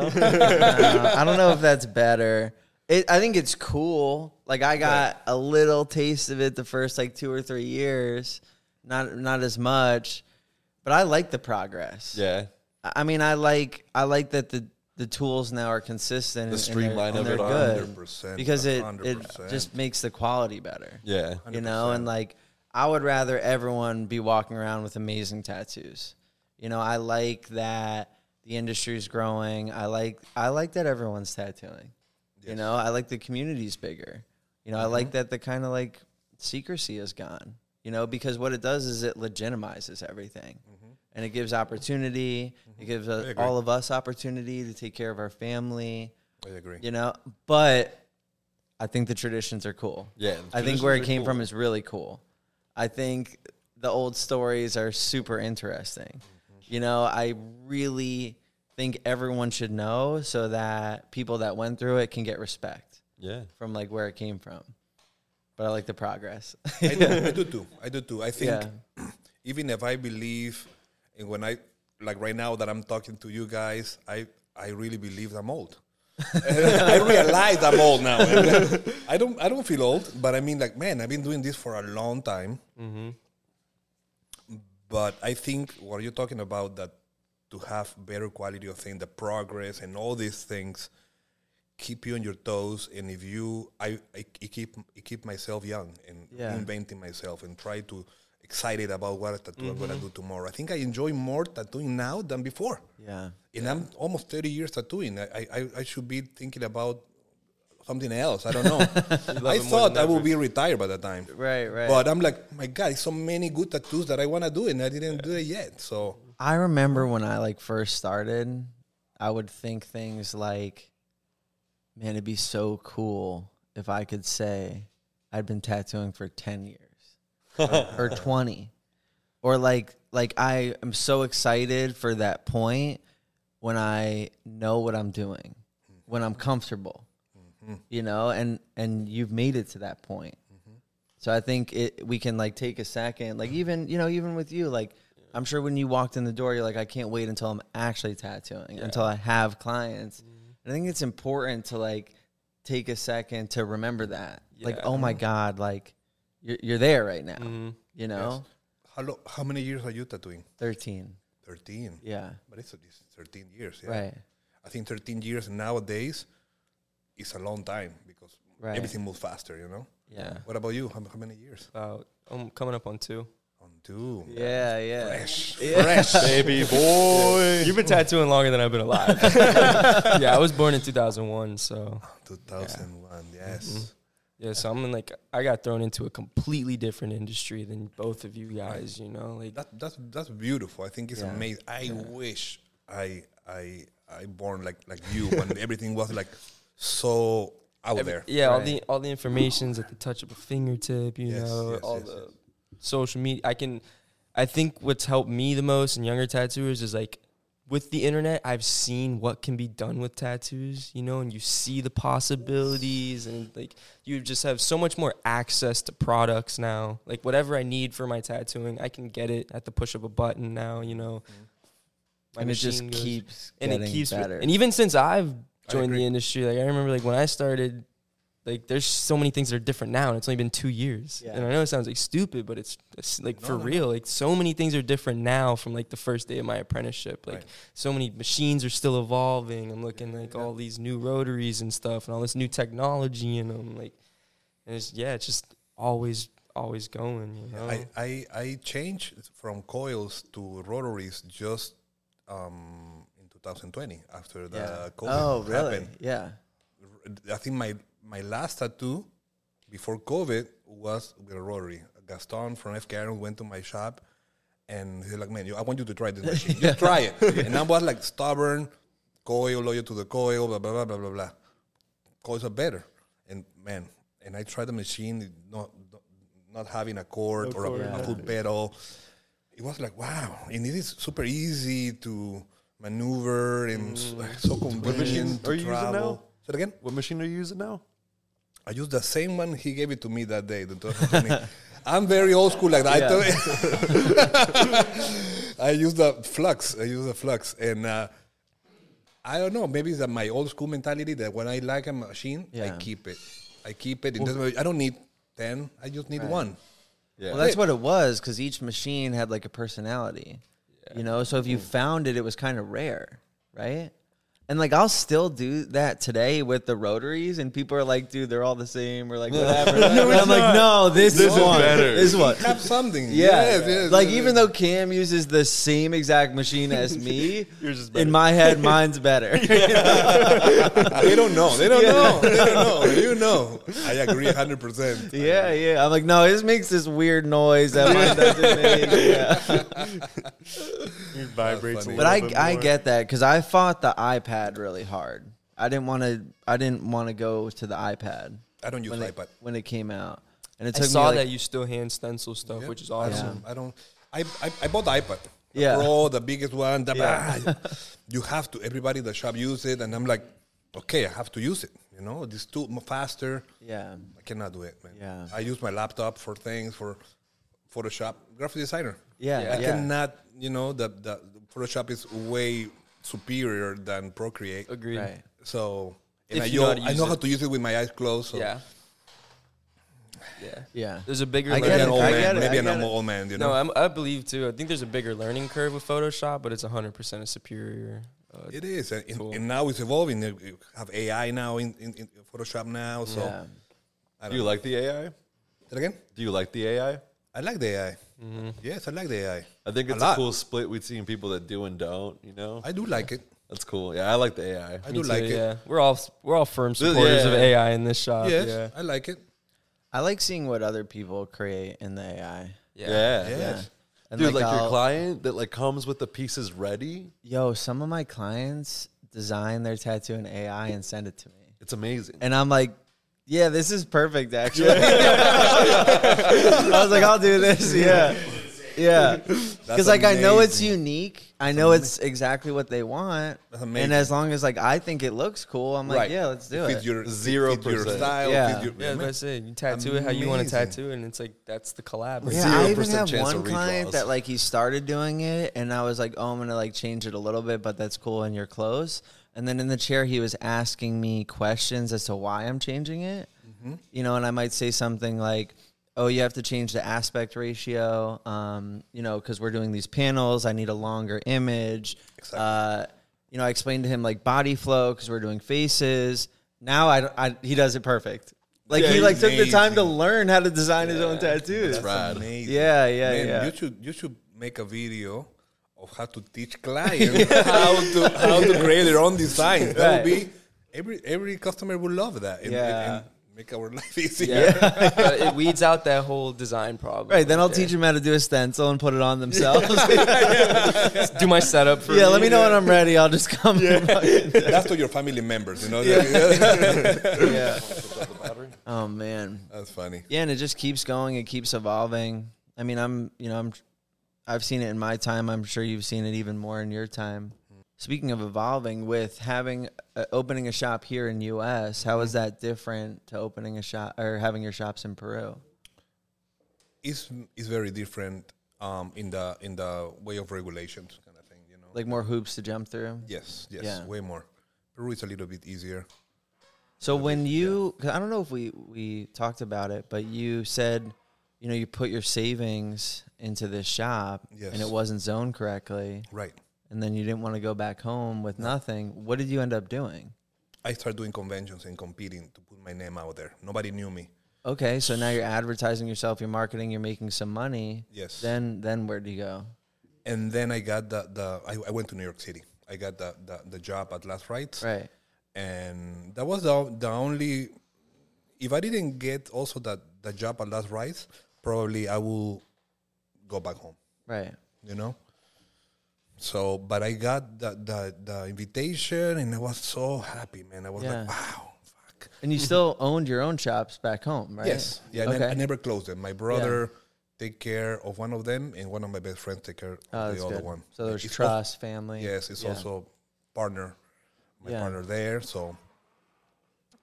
No, *laughs* I don't know if that's better. It, I think it's cool. Like I got a little taste of it the first like two or three years, not not as much, but I like the progress. Yeah. I I mean, I like I like that the the tools now are consistent. The and they're- streamline and of they're it all. good 100%, because it it 100%. just makes the quality better. Yeah. You know, and like I would rather everyone be walking around with amazing tattoos. You know, I like that the industry's growing. I like I like that everyone's tattooing. You know, I like the community's bigger. You know, I like that the kind of like secrecy is gone. You know, because what it does is it legitimizes everything. And it gives opportunity. It gives uh agree. all of us opportunity to take care of our family. i agree You know, but I think the traditions are cool. Yeah. I think where it came from is really cool. I think the old stories are super interesting. You know, I really think everyone should know so that people that went through it can get respect Yeah. from like where it came from. But I like the progress. *laughs* I, do, I do too i do too i think yeah. *clears throat* even if I believe, and when I like right now that I'm talking to you guys, I I really believe I'm old. *laughs* I realize I'm old now. *laughs* I don't I don't feel old, but I mean like man, I've been doing this for a long time. But I think what you're talking about that to have better quality of thing, the progress and all these things keep you on your toes and if you I, I, I keep I keep myself young and Yeah. inventing myself and try to excited about what tattoo I'm gonna Mm-hmm. do tomorrow. I think I enjoy more tattooing now than before. Yeah. And I'm almost 30 years tattooing. I, I- I, I should be thinking about something else. I don't *laughs* know. I thought I would be retired by the time. Right, right. But I'm like, my God, so many good tattoos that I want to do, and I didn't do it yet. So I remember when I like first started, I would think things like, man, it'd be so cool if I could say I'd been tattooing for 10 years or, or 20. Or like like I am so excited for that point when I know what I'm doing, when I'm comfortable. You know, and and you've made it to that point. So I think it we can like take a second, like even you know even with you, like I'm sure when you walked in the door, you're like I can't wait until I'm actually tattooing, until I have clients. And I think it's important to like take a second to remember that, like Yeah. oh my god, like you're you're there right now, Mm-hmm. you know, how, lo- how many years are you tattooing? thirteen, 13. yeah, But it's, it's 13 years. Yeah. right, I think 13 years nowadays is a long time because Right. everything moves faster, you know? yeah, What about you? How, how many years? About um, coming up on two. On two. yeah, yeah. Fresh. Baby boy. You've been tattooing longer than I've been alive. yeah, I was born in 2001, so 2001. Yes. Mm-hmm. yeah, so I'm in like I got thrown into a completely different industry than both of you guys. You know, like That, that's that's beautiful. I think it's amazing. I wish *laughs* I I I born like like you when everything was like so out every- there. Yeah, all the all the information's at the touch of a fingertip. You Yes, know, yes, all yes, the yes. social media. I can. I think what's helped me the most and younger tattooers is like with the internet. I've seen what can be done with tattoos. You know, and you see the possibilities, and like you just have so much more access to products now. Like whatever I need for my tattooing, I can get it at the push of a button now. You know, Mm-hmm. My and it just machine goes- keeps and it getting keeps better. and e-, even since I've joined agree. the industry, like I remember like when I started, like there's so many things that are different now, and it's only been two years. Yeah. And I know it sounds like stupid, but it's, it's like for real. Like so many things are different now from like the first day of my apprenticeship. Like Right. so many machines are still evolving. I'm looking like all these new rotaries and stuff, and all this new technology in them. Like, and it's yeah, it's just always always going. You know, I, I, I changed from coils to rotaries just um, in 2020 after the Yeah. uh, COVID Oh, really? happened. Yeah. I think my my last tattoo before COVID was with a rotary. Gaston from F. Karen went to my shop and he's like, man, you, I want you to try this machine. Just try it. And I was like stubborn, coil, loyal to the coil, blah, blah, blah, blah, blah, blah. Coils are better. And man, and I tried the machine, not not having a cord or a, a foot pedal. It was like, wow. And it is super easy to maneuver and s- so convenient to Mm. are you using now? travel. Say it again? What machine are you using now? I used the same one he gave it to me that day. The 1220. *laughs* I'm very old school like that. I thought- *laughs* I, use the flux. I use the flux, and uh, I don't know. Maybe it's that my old school mentality that when I like a machine, Yeah. I keep it. I keep it. it doesn't, I don't need ten. I just need one. Yeah. Well, that's what it was because each machine had like a personality, you know. So if you found it, it was kind of rare, right? And like I'll still do that today with the rotaries, and people are like, "Dude, they're all the same," or like whatever. And I'm like, "No, this, is one. This is one." Have something. *laughs* Yeah, Yes, yes, like yes. even though Cam uses the same exact machine as me, in my head, mine's better. they don't know. They don't know. They don't know. You know. I agree hundred percent. *laughs* *laughs* Yeah, yeah. I'm like, no, this makes this weird noise that mine doesn't make. Yeah. It vibrates a little funny. But I, bit I more. get that because I fought the iPad really hard. I didn't want to. I didn't want to go to the iPad I don't use when it, iPad. when it came out, and it I took saw me. that Like, you still hand stencil stuff, Yeah. which is I awesome. don't- I don't. I, I, I bought the iPad. The Yeah. Pro, the biggest one. The bah. *laughs* you have to. Everybody in the shop use it, and I'm like, okay, I have to use it. You know, this too m- faster. yeah, I cannot do it, man. Yeah. I use my laptop for things for Photoshop, graphic designer. Yeah, I yeah. cannot. You know, the the Photoshop is way superior than Procreate. Agreed. right. So. And If I, you know how yo- to I use know how it. to use it with my eyes closed. So Yeah. Yeah. Yeah, There's a bigger I maybe get an it, old I man. get it, maybe I an get it. old man. You know. No, I'm, I believe too. I think there's a bigger learning curve with Photoshop, but it's 100% a superior. Uh, It is, and, and- and now it's evolving. You- You have AI now in, in, in Photoshop now. So yeah. I Do don't you know. like the AI? Say it again? Do you like the AI? I like the AI. Yes, I like the AI. I think A it's a, lot. cool split between people that do and don't. You know, I do like it. that's cool. Yeah, I like the AI. I do like it. Yeah, we're all we're all firm supporters of yeah. AI in this Uh, shop. Yes, Yeah. I like it. I like seeing what other people create in the AI. Yeah, Yes. And dude, like, your I'll- client that like comes with the pieces ready. Yo, some of my clients design their tattoo in AI and send it to me, It's amazing. and I'm like. Yeah, this is perfect actually. *laughs* I was like, I'll do this. Yeah. Yeah. Because like I know it's amazing. unique. I know it's exactly what they want. That's And amazing. as long as like I think it looks cool, I'm like, Right. yeah, let's do Fit it. your Zero fit your percent. style. Yeah. fit your- Yeah, that's what I said. You tattoo it how you want to Amazing. tattoo, and it's like that's the collab. *laughs* *laughs* yeah, I even 0% have chance one of client redraws. that like he started doing it and I was like, Oh, I'm gonna like change it a little bit, but that's cool and you're close. And then in the chair he was asking me questions as to why I'm changing it. Mm-hmm. You know, and I might say something like Oh, you have to change the aspect ratio, um, you know, because we're doing these panels. I need a longer image. Exactly. Uh, you know, I explained to him like body flow because we're doing faces. Now I, I he does it perfect. Like he Yeah, like took the time to amazing. learn how to design his own tattoos. That's rad. amazing. Yeah, yeah, Man, yeah. You *laughs* should you should make a video of how to teach clients how to how to create their own design. That would Right. be every every customer would love that. And- and- Yeah. and make our *laughs* life easier. Yeah. But it weeds out that whole design problem. Right, then I'll there. teach them how to do a stencil and put it on themselves. yeah, *laughs* Do my setup for let me know when I'm ready. I'll just come. *laughs* That's to your family members, you know. Oh man. *laughs* That's funny. Yeah, and it just keeps going. It keeps evolving. I mean, I'm, you know, I'm, I've seen it in my time. I'm sure you've seen it even more in your time. Speaking of evolving, with having uh, opening a shop here in U.S., how is that different to opening a shop or having your shops in Peru? It's it's very different um, in the in the way of regulations kind of thing, you know. Like more hoops to jump through. yes, yes, Yeah. way more. Peru is a little bit easier. So when you, 'cause I don't know if we we talked about it, but you said, you know, you put your savings into this shop, and Yes. it wasn't zoned correctly, Right. and then you didn't want to go back home with nothing. What did you end up doing? I started doing conventions and competing to put my name out there. Nobody knew me. Okay, so now you're advertising yourself, you're marketing, you're making some money. Yes. Then then where do you go? And then I got the, the I, I went to New York City. I got the, the, the job at Last Rights. Right. and that was the, the only if i didn't get also that the job at last rise probably i will go back home Right. you know so but i got the the, the invitation and i was so happy man i was Yeah. like wow fuck *laughs* And you still owned your own shops back home, right? yes yeah I ne- Okay. i never closed them my brother take care of one of them and one of my best friends take care Oh, of that's the other good. one So there's It's also- trust, family. yes it's Yeah. also partner my Yeah. partner there so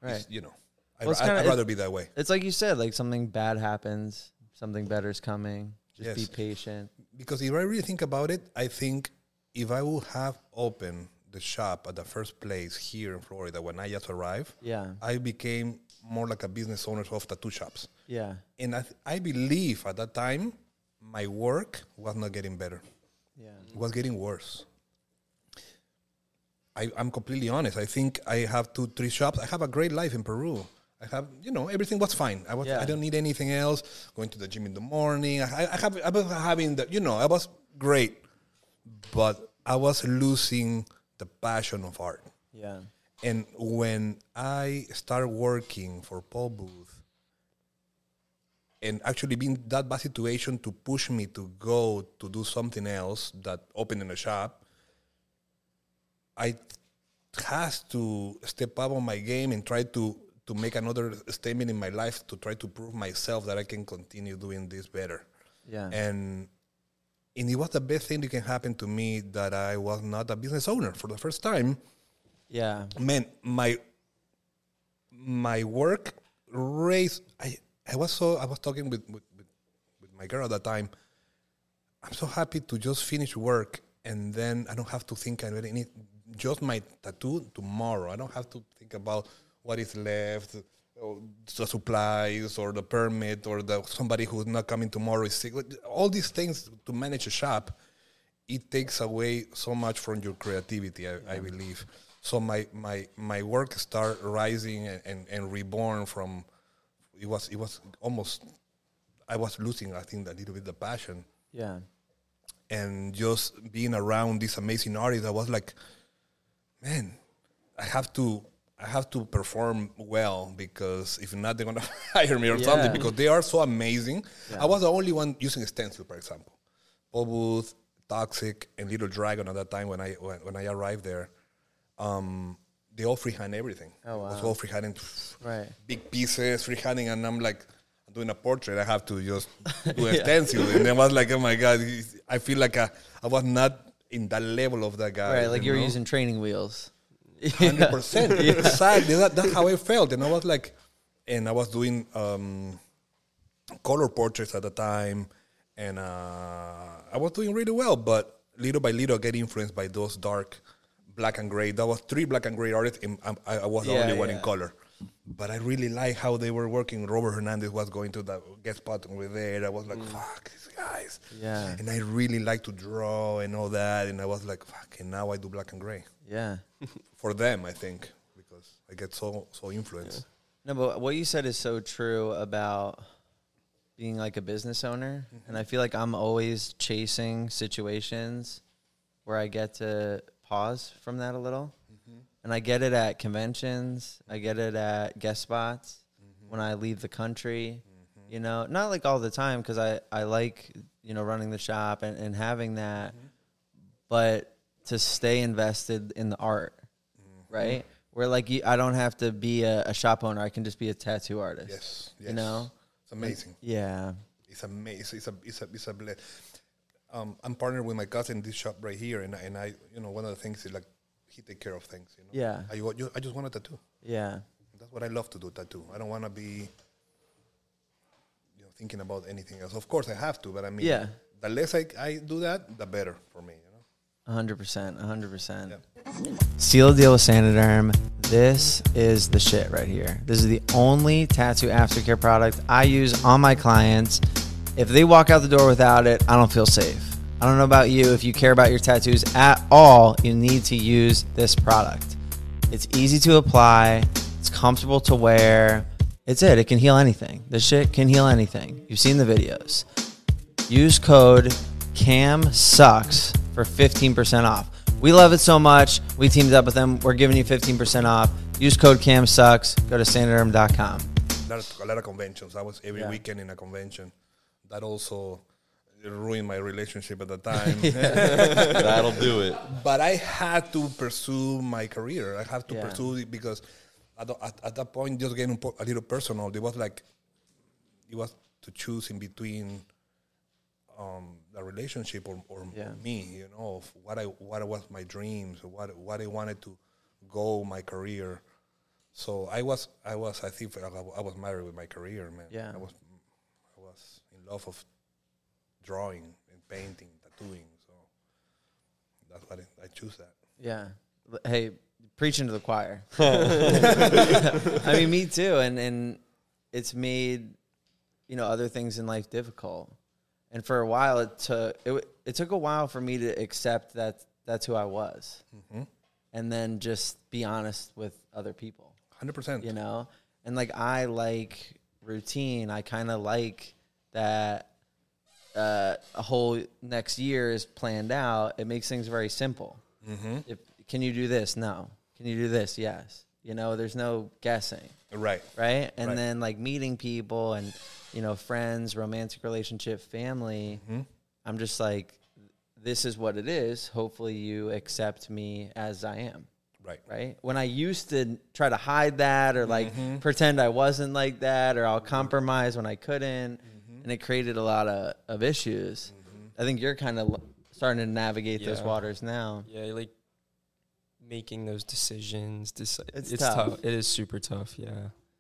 right. it's, you know I, Well, it's I- kinda- i'd it- rather be that way It's like you said, like something bad happens, something better's coming. Just Yes. be patient. because if I really think about it, I think if I would have opened the shop at the first place here in Florida when I just arrived, Yeah. I became more like a business owner of tattoo shops. Yeah. And I, th- I believe at that time, my work was not getting better. Yeah. It was getting worse. I, I'm completely honest. I think I have two, three shops. I have a great life in Peru. I have, you know, everything was fine. I was, Yeah. I don't need anything else. Going to the gym in the morning. I, I have, I was having the, you know, I was great, but I was losing the passion of art. Yeah. And when I started working for Paul Booth and actually being that bad situation to push me to go to do something else that opening a shop, I has to step up on my game and try to to make another statement in my life to try to prove myself that I can continue doing this better. Yeah. And and it was the best thing that can happen to me that I was not a business owner for the first time Yeah. man, my my work raised. I I was so I was talking with with, with with my girl at that time. I'm so happy to just finish work and then I don't have to think about any just my tattoo tomorrow. I don't have to think about what is left. Or the supplies, or the permit, or the somebody who's not coming tomorrow is sick. All these things to manage a shop, it takes away so much from your creativity, I, I believe. So my my my work start rising and, and, and reborn from it was it was almost I was losing I think a little bit the passion Yeah. and just being around these amazing artists I was like man I have to I have to perform well because if not they're gonna *laughs* hire me or something Yeah. because they are so amazing. I was the only one using stencil, for example. Paul Booth, Toxic, and Little Dragon at that time when I when, when I arrived there. Um, they all freehand everything. Oh, It was wow. all freehanding. pff, Right. Big pieces, freehanding, and I'm like doing a portrait. I have to just do a stencil, and I was like, oh my god, I feel like I, I was not in that level of that guy. Right. Like you you're know? using training wheels. hundred percent. Exactly. That, that's how I felt, and I was like, and I was doing um, color portraits at the time, and uh, I was doing really well. But little by little, I get influenced by those dark, black and gray. That was three black and gray artists, and I'm- I, I was the Yeah, only one in yeah. color. But I really like how they were working. Robert Hernandez was going to the guest spot over there. I was like, fuck these guys. Mm. Yeah. And I really like to draw and all that. And I was like, fuck. And now I do black and gray Yeah. for them, I think, because I get so so influenced. No, but what you said is so true about being like a business owner. Mm-hmm. And I feel like I'm always chasing situations where I get to pause from that a Mm-hmm. Mm-hmm. little. And I get it at conventions, I get it at guest spots. when I leave the country. You know, not like all the time because I, I like, you know, running the shop and, and having that, Mm-hmm. but to stay invested in the art, Mm-hmm. right? Where like you, I don't have to be a, a shop owner, I can just be a tattoo artist. Yes, yes. You know? it's amazing. Yeah. It's amazing. It's a it's a it's a bless. Um, I'm partnered with my cousin this shop right here, and I- and I you know one of the things is like he take care of things. You know. Yeah. I wa- ju- I just want a tattoo. Yeah. That's what I love to do tattoo. I don't want to be you know thinking about anything else. Of course I have to, but I mean Yeah. the less I, I do that, the better for me. You know. 100%. 100%. Yeah. Seal the deal with Sanoderm. This is the shit right here. This is the only tattoo aftercare product I use on my clients. If they walk out the door without it, I don't feel safe. I don't know about you. If you care about your tattoos at all, you need to use this product. It's easy to apply, it's comfortable to wear. It's it. It can heal anything. This shit can heal anything. You've seen the videos. Use code CAM sucks for 15% off. We love it so much. We teamed up with them. We're giving you 15% off. Use code CAM sucks. Go to standarderm.com. A lot of, a lot of conventions. I was every weekend in a convention. That also ruined my relationship *laughs* at the time. That'll do it. but I had to pursue my career. I have to Yeah. pursue it because at, the- at, at that point, just getting po- a little personal, it was like it was to choose in between um, a relationship or, or Yeah. me, you know, of what I what was my dreams, what what I wanted to go my career. So I was I was I think I wa- I was married with my career, man. Yeah. I was I was in love of drawing and painting, tattooing. So that's what I, I choose that. Yeah. L- Hey, preaching to the *laughs* choir. *laughs* I mean, me too. And and it's made you know other things in life difficult. And for a while, it took it, w- it took a while for me to accept that that's who I was, and then just be honest with other people. Hundred percent. You know, and like I like routine. I kind of like that. Uh, a whole next year is planned out. It makes things very simple if, can you do this? No. Can you do this? Yes. You know, there's no guessing, Right. right? And Right. then like meeting people and you know friends, romantic relationship, family. I'm just like, this is what it is. Hopefully, you accept me as I am. Right. Right. When I used to try to hide that or like Mm-hmm. pretend I wasn't like that or I'll compromise when I couldn't, Mm-hmm. and it created a lot of, of issues. I think you're kind of starting to navigate those Yeah. waters now. Yeah, like making those decisions. Deci- It's it's tough. tough. It is super tough. Yeah.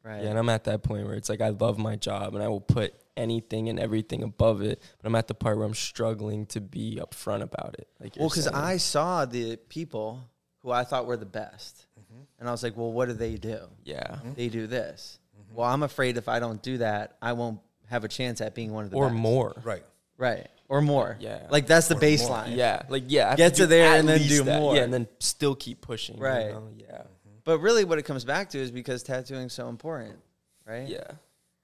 Right. Yeah, and I'm at that point where it's like I love my job and I will put anything and everything above it, but I'm at the part where I'm struggling to be upfront about it. Like, you're Well, because saying. I saw the people who I thought were the best, Mm-hmm. and I was like, "Well, what do they do? yeah, They do this. Mm-hmm. Well, I'm afraid if I don't do that, I won't have a chance at being one of the or best. more. Right. right? Or more. Yeah. Like that's the Or more. baseline. Yeah, like yeah, I have Get to do there at and then do least that. more. Yeah, and then still keep pushing. you Right. know? Yeah. But really, what it comes back to is because tattooing is so important, right? Yeah.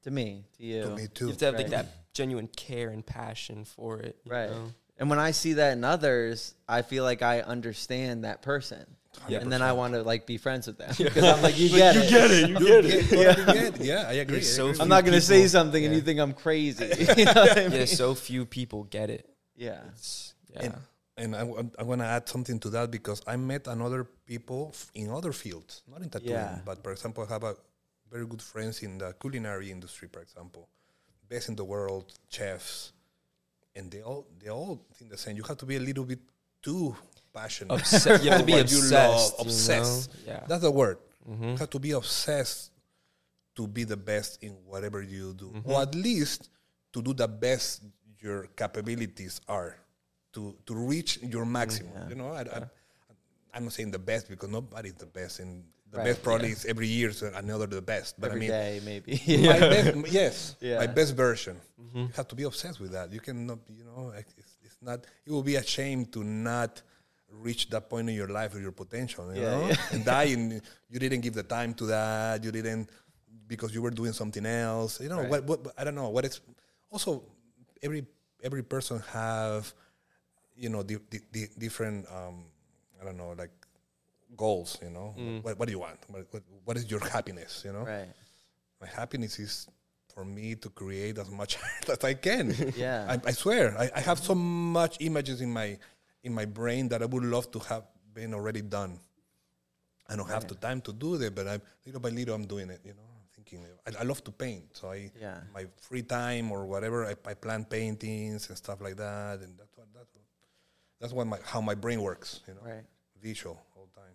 To me, to you, To me You too. have to have Right. like that genuine care and passion for it. you right? know? And when I see that in others, I feel like I understand that person, and then I want to like be friends with them *laughs* because I'm like, you get it. You get it. Yeah. yeah, I agree. I so agree. few I'm not gonna say people- something and you think I'm crazy. *laughs* You know what I mean? Yeah, so few people get it. Yeah. It's- And, yeah. and I, am going to add something to that because I met another people f- in other fields, not in tattooing, Yeah. but for example, I have a very good friends in the culinary industry, for example, best in the world chefs, and they all they all think the same. You have to be a little bit too passionate. Obse- you have to *laughs* be What obsessed. you know? obsessed. Yeah. Mm-hmm. That's the word. You have to be obsessed to be the best in whatever you do, Mm-hmm. or at least to do the best your capabilities are to to reach your Mm-hmm. maximum. You know, I, I, I'm not saying the best because nobody's the best, and the Right, best probably is every year so another the best. But I Every mean, day, maybe. *laughs* my best, yes, Yeah. Mm-hmm. my best version. You have to be obsessed with that. You cannot, you know, like, it's, it's not. It will be a shame to not reach that point in your life or your potential, you Yeah, know, yeah. and die. And you didn't give the time to that. You didn't because you were doing something else. You know Right. what, what? I don't know what it's. Also, every every person have, you know, the, the, different. Um, I don't know, like goals. You know, what, what do you want? What, what, what is your happiness? You know, *laughs* Mm. Right. my happiness is for me to create as much *laughs* art as I can. *laughs* Yeah. I, I swear, I, I have so much images in my in my brain that I would love to have been already done. I don't have the time to do that, but I'm little by little I'm doing it. You know, I'm thinking. I, I love to paint, so I Yeah. my free time or whatever I, I plan paintings and stuff like that, and that's what that's what, that's what my how my brain works. You know, Right. Visual all the time.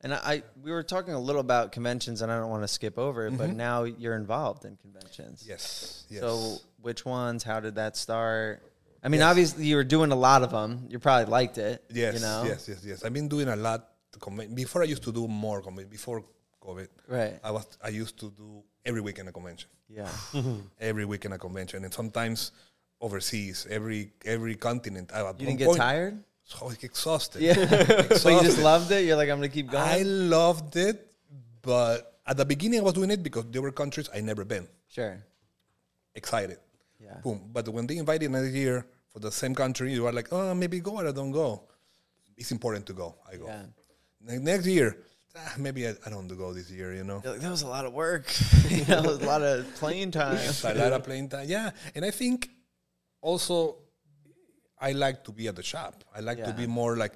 And I, I we were talking a little about conventions, and I don't want to skip over it, but now you're involved in conventions. Yes. Yes. So which ones? How did that start? I mean, obviously you were doing a lot of them. You probably liked it. Yes, You know. yes, yes, yes. I've been doing a lot. To conven- before I used to do more convention. Before COVID, Right. I was I used to do every weekend a convention, Yeah. every weekend a convention, and sometimes overseas, every every continent. I, at You one didn't get point- tired. *laughs* So I was exhausted. Yeah. so you just Exhausted. loved it. You're like, I'm gonna keep going. I loved it, but at the beginning I was doing it because there were countries I never been. sure. Excited. Yeah. Boom. But when they invited another year for the same country, you are like, oh, maybe go or I don't go. It's important to go. I go. Yeah. Ne- Next year, ah, maybe I, I don't go this year, you know? You're like, that was a lot of work. *laughs* you know, it was a lot of playing time. It's a lot *laughs* of playing time. Yeah. And I think also I like to be at the shop. I like Yeah. to be more like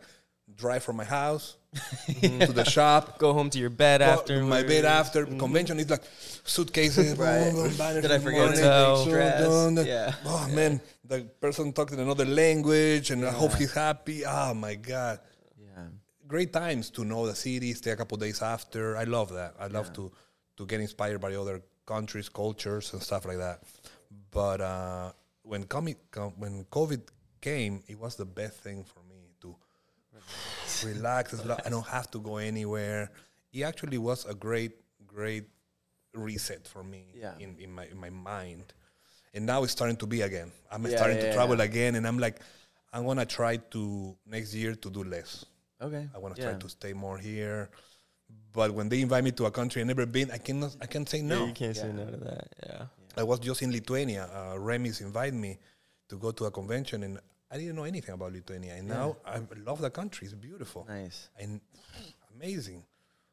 drive from my house *laughs* to the shop. Go home to your bed go after to my bed after convention is like suitcases. Mm-hmm. *laughs* Right. boom, boom, banners Did I in the forget morning, to so dress? done. Yeah. Oh man, the person talked in another language, and I hope he's happy. Oh my god, Yeah. great times to know the city, stay a couple days after. I love that. I love to to get inspired by other countries, cultures, and stuff like that. But uh, when comic com- when COVID came, it was the best thing for me to relax. It's like I don't have to go anywhere. It actually was a great, great reset for me Yeah. in, in my in my mind. And now it's starting to be again. I'm Yeah, starting yeah, to travel again, and I'm like, I'm gonna try to next year to do less. Okay. I want to yeah. try to stay more here. But when they invite me to a country I never been, I cannot. I can't say no. You can't say no to that. Yeah. I was just in Lithuania. Uh, Remis invited me to go to a convention, and I didn't know anything about Lithuania. And now I love the country. It's beautiful Nice. and amazing.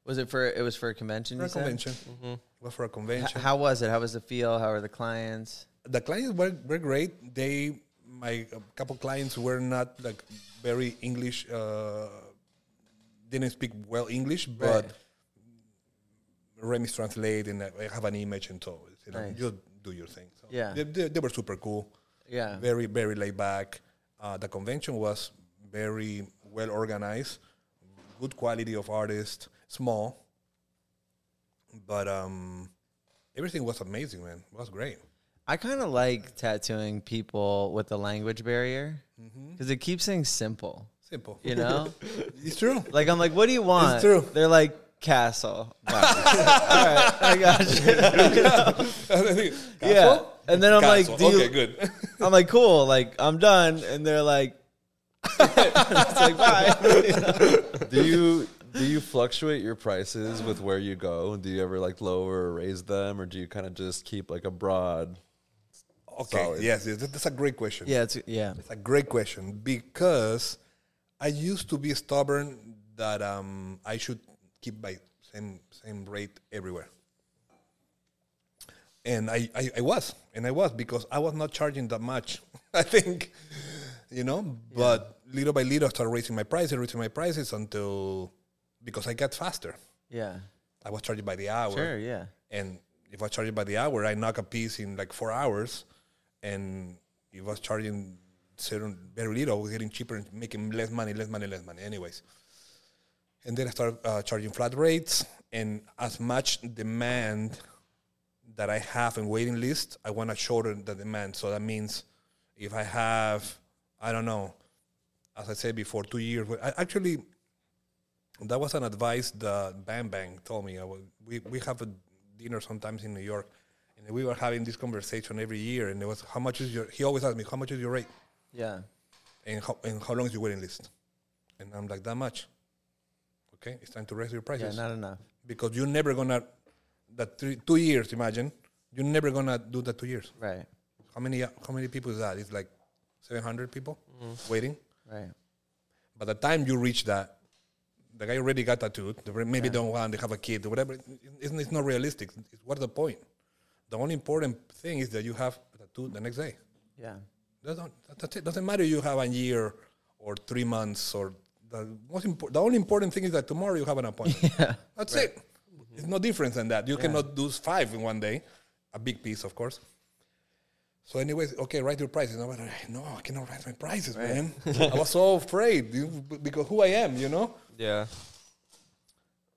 Was it for? It was for a convention. For you a said? convention, Mm-hmm. Well, for a H- convention. how was it? How was the feel? How were the clients? the clients were, were great. They my a couple clients were not like very English. Uh, didn't speak well English, but Remy's translate and I have an image and so you know Nice. you do your thing. So Yeah. they, they, they were super cool. Yeah. very very laid back. Uh, the convention was very well organized, good quality of artists, small, but um, everything was amazing, man. It was great. I kind of like tattooing people with a language barrier because it keeps things simple. Simple. You know, *laughs* It's true. *laughs* *laughs* like I'm like, what do you want? true. They're like castle. *laughs* All right, I got you. Yeah, and then I'm like, do you, okay, good. *laughs* I'm like, cool. Like I'm done, and they're like, *laughs* it's like bye. do you do you fluctuate your prices with where you go? Do you ever like lower or raise them, or do you kind of just keep like a broad? okay, Solid. yes, yes, that- that's a great question. Yeah, it's yeah. It's a great question because I used to be stubborn that um, I should keep my same same rate everywhere. And I, I, I was, and I was because I was not charging that much, *laughs* I think, you know. But little by little, I started raising my prices, raising my prices until because I got faster. Yeah. I was charging by the hour. Sure. Yeah. And if I charge it by the hour, I knock a piece in like four hours. And if I was charging certain very little, I was getting cheaper and making less money, less money, less money. Anyways. And then I started uh, charging flat rates. And as much demand that I have in waiting list, I want to shorten the demand. So that means if I have, I don't know, as I said before, two years. I actually, that was an advice that Bang Bang told me. I wa- we, we have a dinner sometimes in New York, and we were having this conversation every year. And it was, how much is your, he always asked me, how much is your rate? Yeah. And how, and how long is your waiting list? And I'm like, that much. Okay, it's time to raise your Yeah. prices Not enough. because you're never gonna that three, two years. Imagine you're never gonna do that two years. Right. How many how many people is that? It's like 700 people waiting. Right. By the time you reach that, the guy already got tattooed. They re- maybe don't want. They have a kid or whatever. It- It's, it's not realistic. It's, what's the point? The only important thing is that you have a tattoo the next day. Yeah. That don't, that- that's it. Doesn't matter you have a year or three months or the most important. The only important thing is that tomorrow you have an appointment. That's it. It's no different than that. You cannot do five in one day. A big piece, of course. So, anyways, okay, write your prices. And I went, no, I cannot write my prices, man. I was so afraid you- because who I am, you know. Yeah.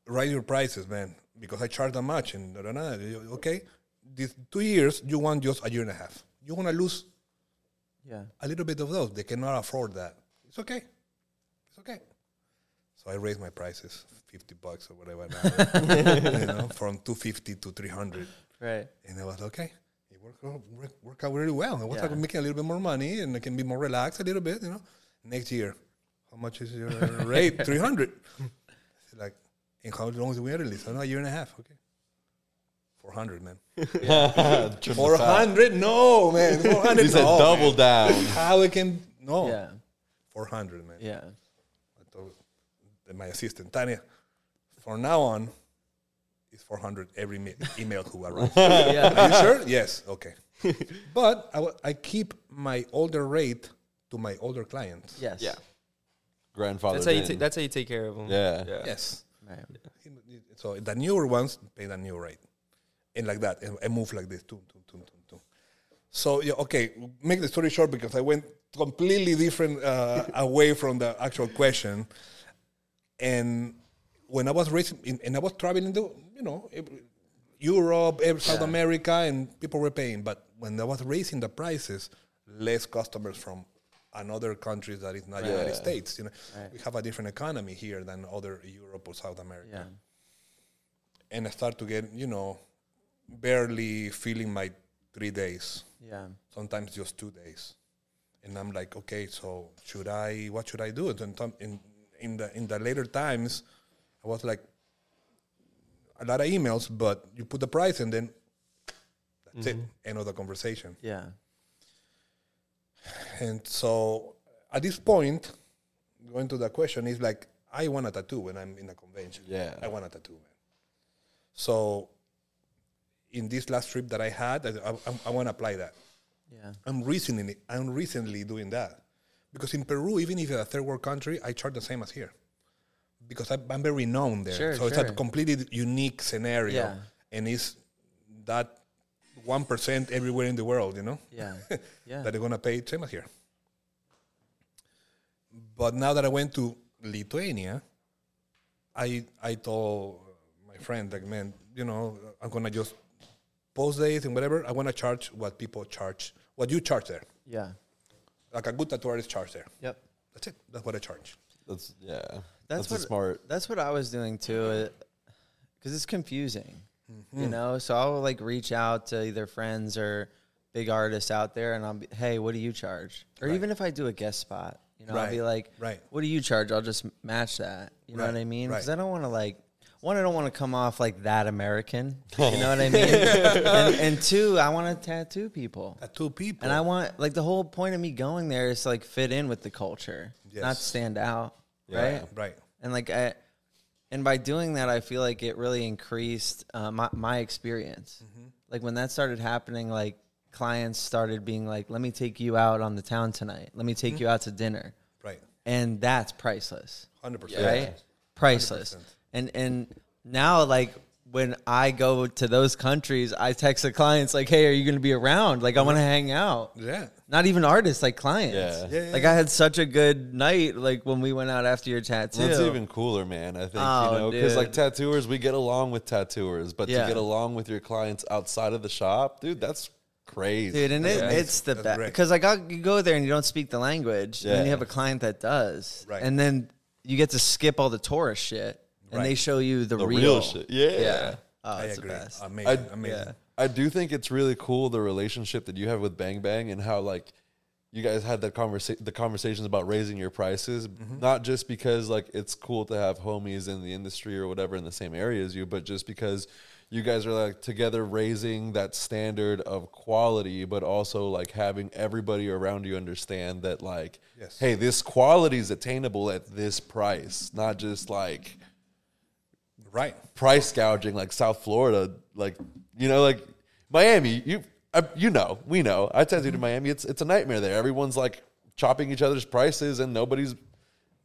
Write your prices, man, because I charge that much and da, da, da. You- okay. These two years, you want just a year and a half. You want to lose Yeah. a little bit of those. They cannot afford that. It's okay. It's okay. So I raised my prices, fifty bucks or whatever, an hour, *laughs* you know, from two fifty to three hundred, Right. and I was okay. It worked out, worked, worked out really well. I was Yeah. making a little bit more money, and I can be more relaxed a little bit, you know. Next year, how much is your rate? Three hundred. Like, and how long is the waiting list? I know "Oh, a year and a half. Okay, four hundred, man. Four hundred? No, man. Four hundred. He said no, man. double down. How it can? No. Yeah. 400, man. *laughs* Yeah. I told my assistant, Tanya, from now on, it's 400 every me- email who arrives. Yeah. Are you sure? Yes. Okay. but I wa- I keep my older rate to my older clients. Yes. Yeah. Grandfather. That's how you. Ta- that's how you take care of them. Yeah. Yes. Right. So the newer ones pay the new rate. And like that, and I move like this. Tum, tum, tum, tum, tum. So, yeah, okay, make the story short because I went completely different uh, away from the actual question. And when I was racing, in, and I was traveling to, you know, ev- Europe, ev- South America, and people were paying. But when I was raising the prices, less customers from another countries that is not United States. You know, we have a different economy here than other Europe or South America Yeah. and I start to get, you know, barely feeling my three days, Yeah. sometimes just two days. And I'm like, okay, so should I, what should I do? And tom- in, in, the, in the later times, I was like, a lot of emails, but you put the price and then that's it, end of the conversation. Yeah. And so at this point, going to the question is like, I want a tattoo when I'm in a convention. Yeah. I want a tattoo, man. So in this last trip that I had, I, I, I want to apply that. *laughs* Yeah. I'm recently, I'm recently doing that because in Peru, even if it's a third world country, I charge the same as here because I, I'm very known there. Sure, so it's a sure. completely unique scenario, Yeah. and it's that one percent everywhere in the world, you know Yeah. Yeah. that they're gonna pay same as here. But now that I went to Lithuania, I I told my friend like, man, you know, I'm gonna just post days and whatever. I wanna charge what people charge, what you charge there, yeah. like a good tattoo artist charge there. Yep. That's it. That's what I charge. That's yeah. That's, That's, what a smart. That's what I was doing too, because it's confusing, Mm-hmm. you know. So I'll like reach out to either friends or big artists out there, and I'll be, hey, what do you charge? Or even if I do a guest spot, you know, I'll be Right, like, right. what do you charge? I'll just match that. You know what I Right, mean? Because right. I don't want to like. One, I don't want to come off like that American. *laughs* You know what I mean? and, and two, I want to tattoo people. Tattoo people. And I want like the whole point of me going there is to like fit in with the culture, not Yes. stand out, right? right. and like I, and by doing that, I feel like it really increased uh, my my experience. Mm-hmm. Like when that started happening, like clients started being like, "Let me take you out on the town tonight. Let me take Mm-hmm. you out to dinner," Right. and that's priceless, Hundred right? percent. Priceless. And and now like when I go to those countries, I text the clients like, "Hey, are you going to be around? Like, I want to hang out." Yeah. Not even artists, like clients. Yeah. Yeah, yeah, Like I had such a good night, like when we went out after your tattoo. That's even cooler, man. I think Oh, you know because like dude. tattooers, we get along with tattooers, but Yeah. to get along with your clients outside of the shop, dude, that's crazy. dude and it, it's the best great. because like I'll, you go there and you don't speak the language and then you Yeah. have a client that does Right. and then you get to skip all the tourist shit and they Right. show you the, the real, real, shit. Yeah. yeah oh I it's agree. Uh, the best Amazing. I- amazing. yeah. I do think it's really cool the relationship that you have with Bang Bang and how like you guys had that conversation the conversations about raising your prices Mm-hmm. not just because like it's cool to have homies in the industry or whatever in the same area as you but just because you guys are like together raising that standard of quality but also like having everybody around you understand that like Yes. hey this quality is attainable at this price not just like Right. price gouging like South Florida, like you know, like Miami, you I, you know, we know. I tattooed in Miami. It's it's a nightmare there. Everyone's like chopping each other's prices, and nobody's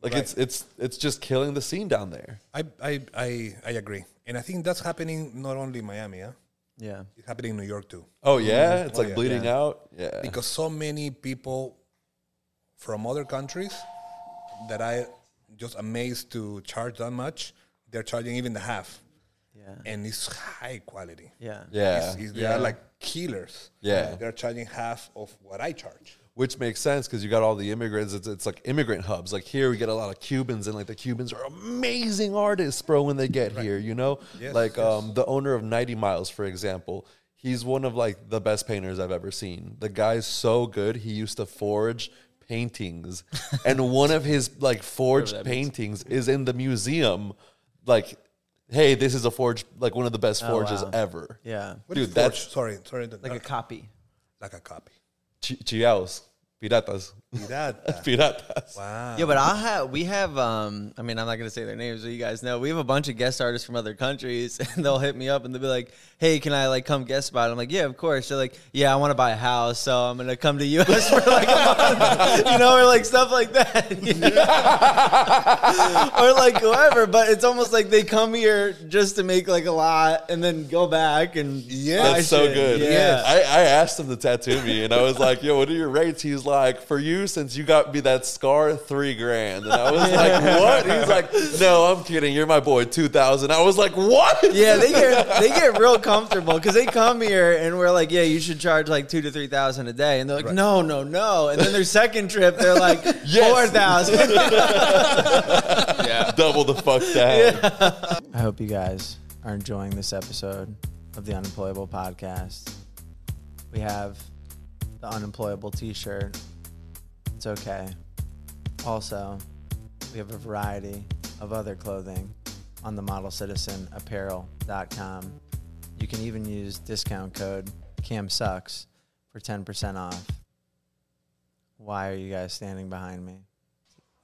like it's it's it's just killing the scene down there. I, I, I, I agree. And I think that's happening not only in Miami, huh? Yeah. it's happening in New York too. Oh yeah, it's Oh, like yeah. bleeding out. Yeah, Because so many people from other countries that I just amazed to charge that much, they're charging even the half. Yeah. And it's high quality. Yeah. yeah, It's- it's- they are like killers. Yeah. They're charging half of what I charge. which makes sense because you got all the immigrants. It's, it's like immigrant hubs. Like here, we get a lot of Cubans, and like the Cubans are amazing artists, bro. When they get here, you know, Yes, like yes. um, the owner of Ninety Miles, for example, he's one of like the best painters I've ever seen. The guy's so good. He used to forge paintings, and one of his like forged paintings is in the museum. Like, hey, this is a forge, like one of the best forges wow. ever. Yeah. What is Dude, that's- forge? sorry, sorry, like, Like a copy. like a copy. Chi- Chiaos, piratas, *laughs* Pirata. piratas. wow. Yeah, but I have we have um I mean I'm not gonna say their names, but you guys know we have a bunch of guest artists from other countries *laughs* and they'll hit me up and they'll be like, Hey, can I like come guest spot? I'm like, Yeah, of course. They're like, Yeah, I wanna buy a house, so I'm gonna come to US *laughs* for like a month. *laughs* You know, or like stuff like that. *laughs* you know? or like whoever, but it's almost like they come here just to make like a lot and then go back and Yeah. That's I so should, good. yeah. I, I asked him to tattoo me and I was like, yo, what are your rates? He's like, for you, since you got me that scar, three grand. And I was like, what? He's like, no, I'm kidding. You're my boy, 2000. I was like, what? Yeah, they get they get real comfortable because they come here and we're like, yeah, you should charge like two to three thousand a day, and they're like, no, no, no, and then their second trip they're like four thousand. *laughs* Double the fuck down. I hope you guys are enjoying this episode of the Unemployable Podcast. We have the Unemployable t shirt. It's okay. Also, we have a variety of other clothing on the modelcitizenapparel.com. You can even use discount code CAMSUCKS for 10% off. Why are you guys standing behind me?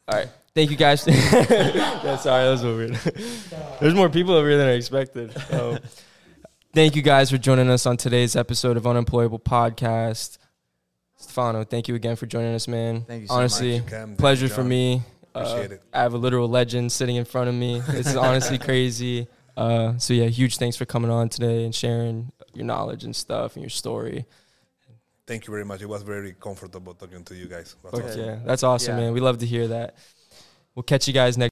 All right. Thank you guys. *laughs* yeah, sorry, that was so weird. *laughs* There's more people over here than I expected. So. *laughs* thank you guys for joining us on today's episode of Unemployable Podcast. Stefano, thank you again for joining us, man. Thank you so much. Honestly, You came. Thank you, pleasure for John. me. Uh, Appreciate it. I have a literal legend sitting in front of me. This is honestly crazy. Uh, so yeah, huge thanks for coming on today and sharing your knowledge and stuff and your story. Thank you very much. It was very comfortable talking to you guys. That's Fuck awesome. yeah, that's awesome, Yeah. man. We love to hear that. We'll catch you guys next.